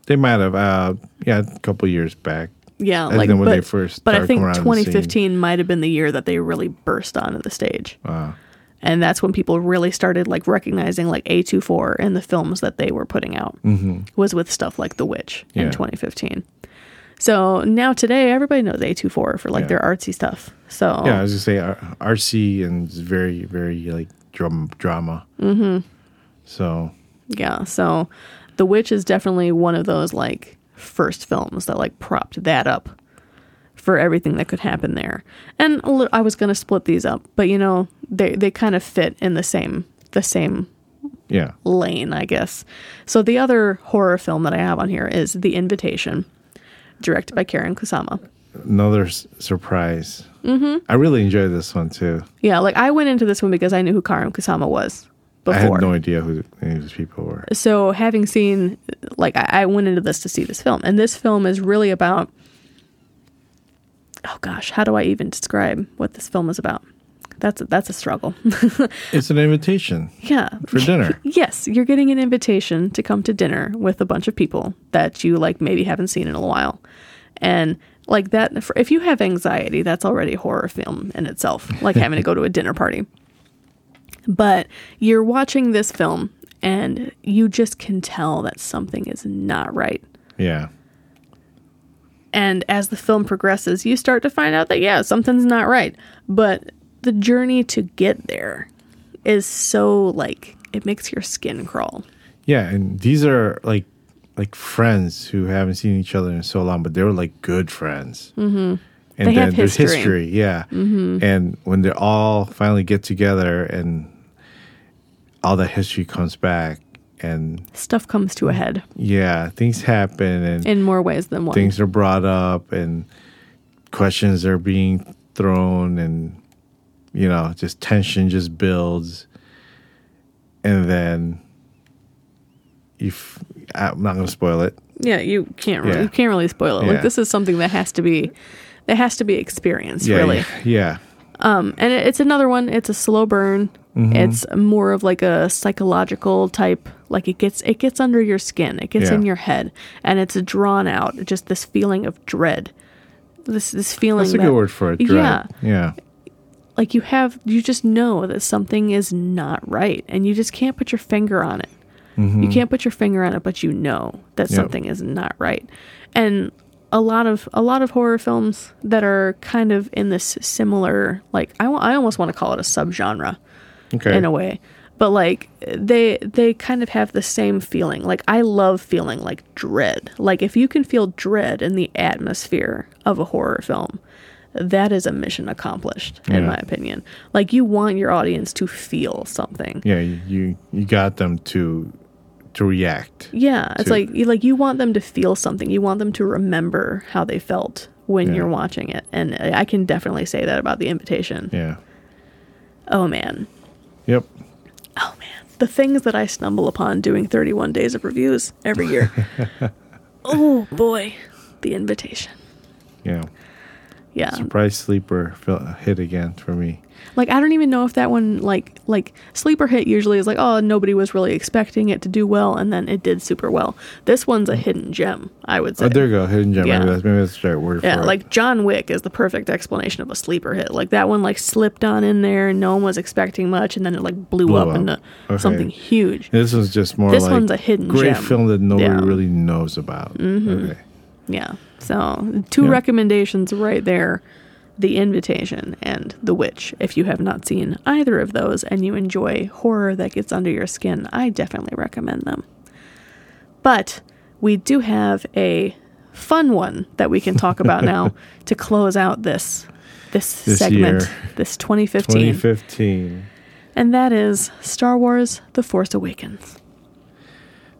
A: They might have. Uh, yeah, a couple years back.
B: Yeah,
A: And
B: like
A: then when
B: but,
A: they first
B: but I
A: started
B: think
A: coming around the scene.
B: 2015 might have been the year that they really burst onto the stage.
A: Wow.
B: And that's when people really started like recognizing like A24 and the films that they were putting out. Mm-hmm. Was with stuff like The Witch
A: Yeah.
B: in 2015. So now today everybody knows A24 for like
A: Yeah.
B: their artsy stuff. So
A: Yeah, I was gonna say uh, R- RC and it's very, very like drum, drama. Mm-hmm. So
B: Yeah, so The Witch is definitely one of those like first films that like propped that up for everything that could happen there. And a li- I was going to split these up, but you know, they they kind of fit in the same the same
A: yeah,
B: lane, I guess. So the other horror film that I have on here is The Invitation, directed by Karen Kusama.
A: another s- surprise. Mm-hmm. I really enjoyed this one too.
B: Yeah, like I went into this one because I knew who Karen Kusama was before.
A: I had no idea who any of these people were.
B: so having seen like I, I went into this to see this film and this film is really about oh gosh how do i even describe what this film is about that's a, that's a struggle
A: It's an invitation
B: yeah
A: for dinner.
B: yes you're getting an invitation to come to dinner with a bunch of people that you like maybe haven't seen in a while and like that for, if you have anxiety that's already a horror film in itself like having to go to a dinner party but you're watching this film and you just can tell that something is not right
A: yeah,
B: and as the film progresses, you start to find out that, yeah, something's not right. But the journey to get there is so like, it makes your skin crawl.
A: yeah, and these are like like friends who haven't seen each other in so long, but they were like good friends. Mm-hmm. And
B: They
A: then
B: have
A: there's
B: history.
A: history, yeah. Mm-hmm. And when they all finally get together, and all that history comes back, and
B: Stuff comes to a head
A: yeah, things happen and
B: in more ways than one.
A: things are brought up and questions are being thrown and you know, just tension just builds. And then if I'm not going to spoil it.
B: Yeah, you can't really,
A: Yeah.
B: you can't really spoil it.
A: Yeah.
B: Like this is something that has to be, that has to be experienced
A: Yeah.
B: really.
A: Yeah. yeah.
B: and it, it's another one. It's a slow burn.
A: Mm-hmm.
B: It's more of like a psychological type. Like it gets it gets under your skin. It gets
A: Yeah.
B: in your head, and it's drawn out. Just this feeling of dread. This this feeling.
A: That's a
B: that,
A: good word for it. Dread.
B: Yeah,
A: Yeah. Yeah.
B: like you have you just know that something is not right, and you just can't put your finger on it. You can't put your finger on it, but you know that
A: Yep.
B: something is not right. And a lot of a lot of horror films that are kind of in this similar like I wa- I almost want to call it a subgenre
A: Okay.
B: in a way but like they they kind of have the same feeling like i love feeling like dread like if you can feel dread in the atmosphere of a horror film that is a mission accomplished in
A: Yeah.
B: my opinion like you want your audience to feel something
A: Yeah, you- you you got them to to react.
B: yeah it's
A: to-
B: like you like you want them to feel something you want them to remember how they felt when
A: Yeah.
B: you're watching it and i I can definitely say that about the invitation
A: Yeah.
B: oh man
A: Yep.
B: the things that I stumble upon doing 31 days of reviews every year. oh boy, the invitation.
A: Yeah.
B: Yeah.
A: Surprise sleeper fil- hit again for me.
B: Like I don't even know if that one like like sleeper hit usually is like oh nobody was really expecting it to do well and then it did super well. This one's a hidden gem, I would say.
A: Oh, there you go. Hidden gem.
B: Yeah.
A: Maybe that's maybe that's the right word
B: yeah,
A: for
B: like
A: it.
B: John Wick is the perfect explanation of a sleeper hit. Like that one like slipped on in there and no one was expecting much and then it like blew,
A: Blew
B: up,
A: up.
B: into
A: Okay.
B: something huge.
A: This one's just more
B: This
A: like
B: one's a hidden
A: great
B: gem.
A: film that nobody
B: Yeah. Mm-hmm.
A: really knows about. Okay.
B: Yeah. So two
A: Yeah.
B: recommendations right there. The Invitation and The Witch. If you have not seen either of those and you enjoy horror that gets under your skin, I definitely recommend them. But we do have a fun one that we can talk about now to close out this this,
A: This
B: segment,
A: year.
B: this 2015,
A: 2015.
B: and that is Star Wars: The Force Awakens.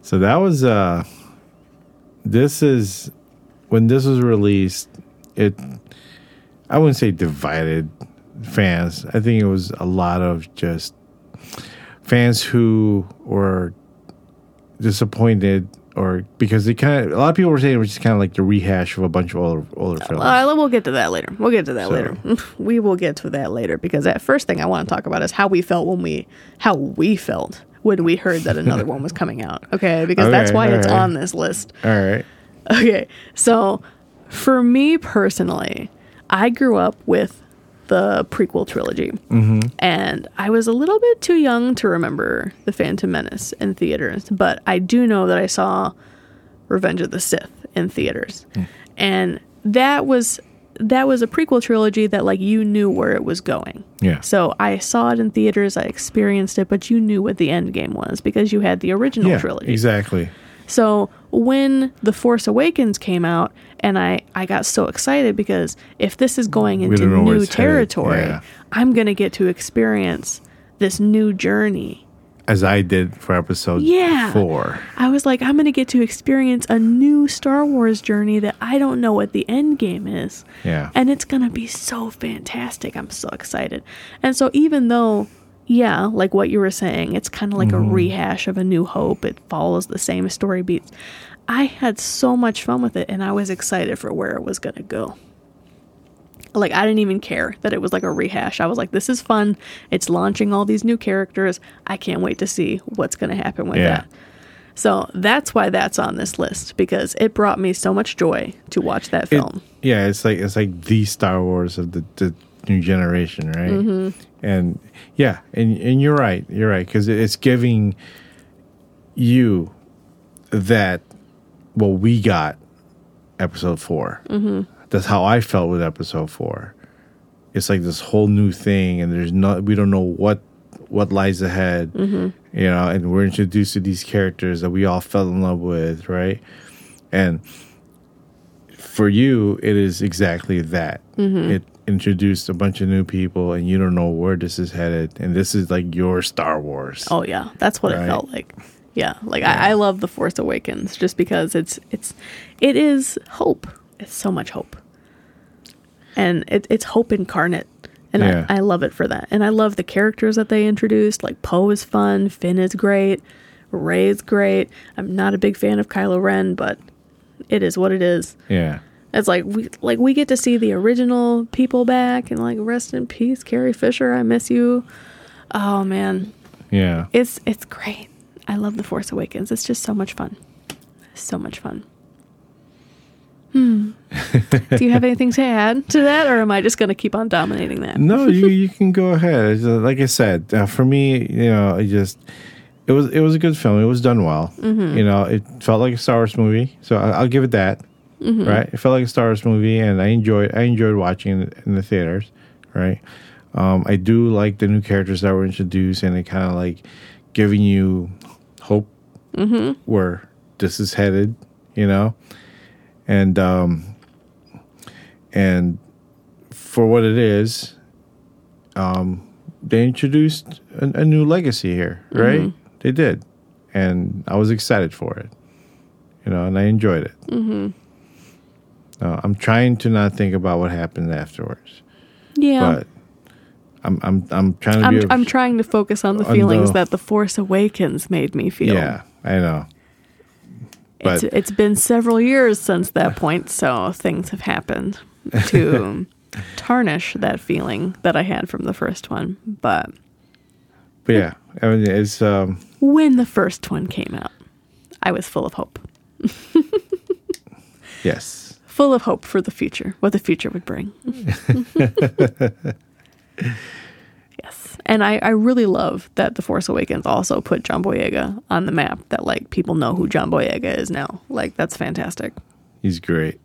A: So that was uh this is when this was released, it I wouldn't say divided fans. I think it was a lot of just fans who were disappointed or because they kind of a lot of people were saying it was just kind of like the rehash of a bunch of older older films.
B: Uh, we'll get to that later. We'll get to that
A: So-
B: later. We will get to that later because that first thing I want to talk about is how we felt when we how we felt when we heard that another one was coming out. Okay, because that's
A: Okay,
B: why it's
A: all right.
B: on this list.
A: All right.
B: Okay, so for me personally, I grew up with the prequel trilogy, mm-hmm. and I was a little bit too young to remember The Phantom Menace in theaters, but I do know that I saw Revenge of the Sith in theaters,
A: Hmm.
B: and that was that was a prequel trilogy that like you knew where it was going.
A: Yeah.
B: So I saw it in theaters, I experienced it, but you knew what the end game was because you had the original
A: yeah,
B: trilogy.
A: exactly.
B: So when The Force Awakens came out, and I, I got so excited because if this is going into
A: don't know where
B: new
A: it's headed,
B: territory,
A: yeah.
B: I'm going to get to experience this new journey.
A: As I did for episode
B: Yeah.
A: 4.
B: I was like, I'm going to get to experience a new Star Wars journey that I don't know what the end game is.
A: Yeah.
B: And it's going to be so fantastic. I'm so excited. And so, even though, yeah, like what you were saying, it's kind of like
A: Mm-hmm.
B: a rehash of A New Hope, it follows the same story beats. I had so much fun with it and I was excited for where it was going to go. Like, I didn't even care that it was like a rehash. I was like, this is fun. It's launching all these new characters. I can't wait to see what's going to happen with
A: Yeah.
B: that. So that's why that's on this list because it brought me so much joy to watch that
A: It-
B: film.
A: yeah, it's like it's like the Star Wars of the, the new generation, right? And yeah, and and you're right, you're right because it's giving you that what we got episode 4 Mm-hmm. That's how I felt with episode four. It's like this whole new thing, and there's not we don't know what what lies ahead. You know, and we're introduced to these characters that we all fell in love with, right? And for you, it is exactly that. It introduced a bunch of new people, and you don't know where this is headed. And this is like your Star Wars.
B: Oh yeah, that's what it
A: Right.
B: felt like. Yeah, like I, I love the Force Awakens just because it's it's it is hope. It's so much hope, and it, it's hope incarnate, and
A: Yeah.
B: I, I love it for that. And I love the characters that they introduced. Like Poe is fun, Finn is great, Ray is great. I'm not a big fan of Kylo Ren, but it is what it is.
A: Yeah.
B: It's like we like we get to see the original people back, and like rest in peace, Carrie Fisher. I miss you. Oh man,
A: Yeah.
B: it's it's great. I love The Force Awakens. It's just so much fun. So much fun. Hmm. Do you have anything to add to that, or am I just going to keep on dominating that?
A: no, you you can go ahead. It's, uh, Like I said, uh, for me, you know, I just it was it was a good film. It was done well. You know, it felt like a Star Wars movie, so I, I'll give it that. right? It felt like a Star Wars movie, and I enjoyed I enjoyed watching it in the theaters, right? Um, I do like the new characters that were introduced, and it kind of like giving you hope where this is headed, you know, and um, and for what it is, they introduced a, a new legacy here,
B: Mm-hmm.
A: right? They did, and I was excited for it, you know, and I enjoyed it. Mm-hmm. I'm trying to not think about what happened afterwards,
B: Yeah.
A: but I'm I'm I'm trying to
B: I'm,
A: be.
B: I'm trying to focus on the
A: on
B: feelings
A: the-
B: that The Force Awakens made me feel.
A: yeah, I know.
B: It's,
A: but-
B: it's been several years since that point, so things have happened to tarnish that feeling that I had from the first one. But
A: But yeah, I mean, it's um,
B: when the first one came out, I was full of hope.
A: yes,
B: Full of hope for the future, what the future would bring. yes. And I, I really love that The Force Awakens also put John Boyega on the map, that like people know who John Boyega is now. Like, that's fantastic.
A: he's great.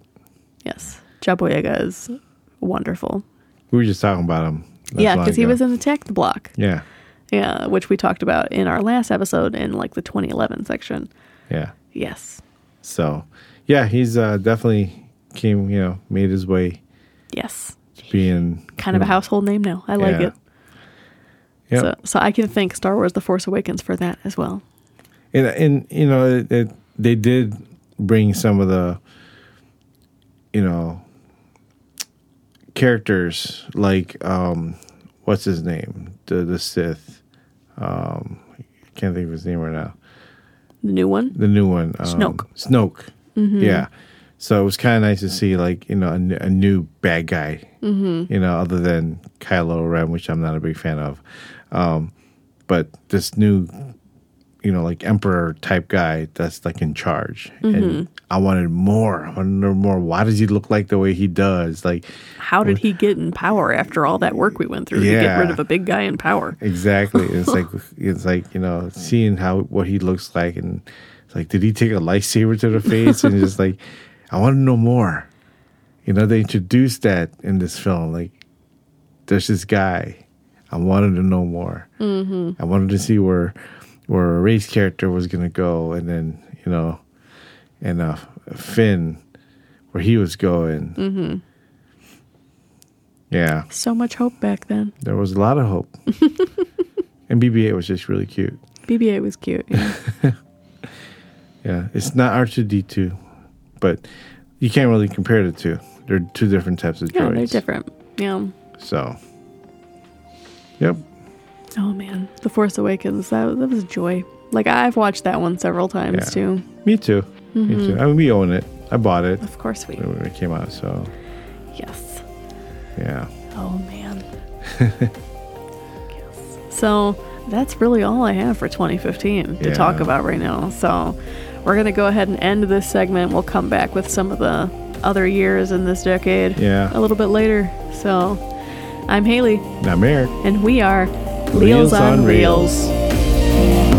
B: Yes. John Boyega is wonderful.
A: We were just talking about him. not
B: yeah,
A: long
B: because he
A: ago.
B: was in Attack the Block,
A: Yeah,
B: yeah, which we talked about in our last episode in like the 2011 section.
A: yeah.
B: Yes,
A: So, yeah, he's uh, definitely came. You know, made his way
B: yes,
A: to being
B: kind of a household name now. I like
A: Hmm. Yeah.
B: it.
A: Yep.
B: So, so I can thank Star Wars: The Force Awakens for that as well.
A: and and you know it, it, they did bring some of the you know characters like um what's his name the the Sith um I can't think of his name right now
B: The new one,
A: the new one um,
B: Snoke.
A: Snoke yeah so it was kind of nice to see like you know a, n- a new bad guy you know other than Kylo Ren which I'm not a big fan of um but this new you know, like emperor type guy that's like in charge. And I wanted more. I wanted more. Why does he look like the way he does? Like
B: how did he get in power after all that work we went through to get
A: Yeah.
B: rid of a big guy in power?
A: exactly. It's like it's like you know, seeing how what he looks like, and it's like, did he take a lightsaber to the face? and just like, I want to know more. You know, they introduced that in this film. Like, there's this guy. I wanted to know more. Mm-hmm. I wanted to see where where Ray's character was gonna go, and then you know, and uh, Finn, where he was going. Mm-hmm. Yeah.
B: So much hope back then.
A: There was a lot of hope. and BB 8 was just really cute.
B: BB-8 was cute. yeah.
A: Yeah. It's not R2 D2, but you can't really compare the two. They're two different types of
B: yeah,
A: droids.
B: they're different. Yeah.
A: So, yep.
B: Oh man, The Force Awakens. That that was a joy. Like I've watched that one several times
A: Yeah.
B: too.
A: Me too. Me
B: Mm-hmm.
A: too. I mean, we own it. I bought it
B: Of course we.
A: when it came out. So,
B: Yes.
A: yeah.
B: Oh man. yes. So that's really all I have for 2015 to talk
A: Yeah.
B: about right now. So we're gonna go ahead and end this segment. We'll come back with some of the other years in this decade.
A: Yeah.
B: A little bit later. So I'm Haley,
A: Now, Merrick.
B: and we are
A: Reels on Reels.
B: Reels.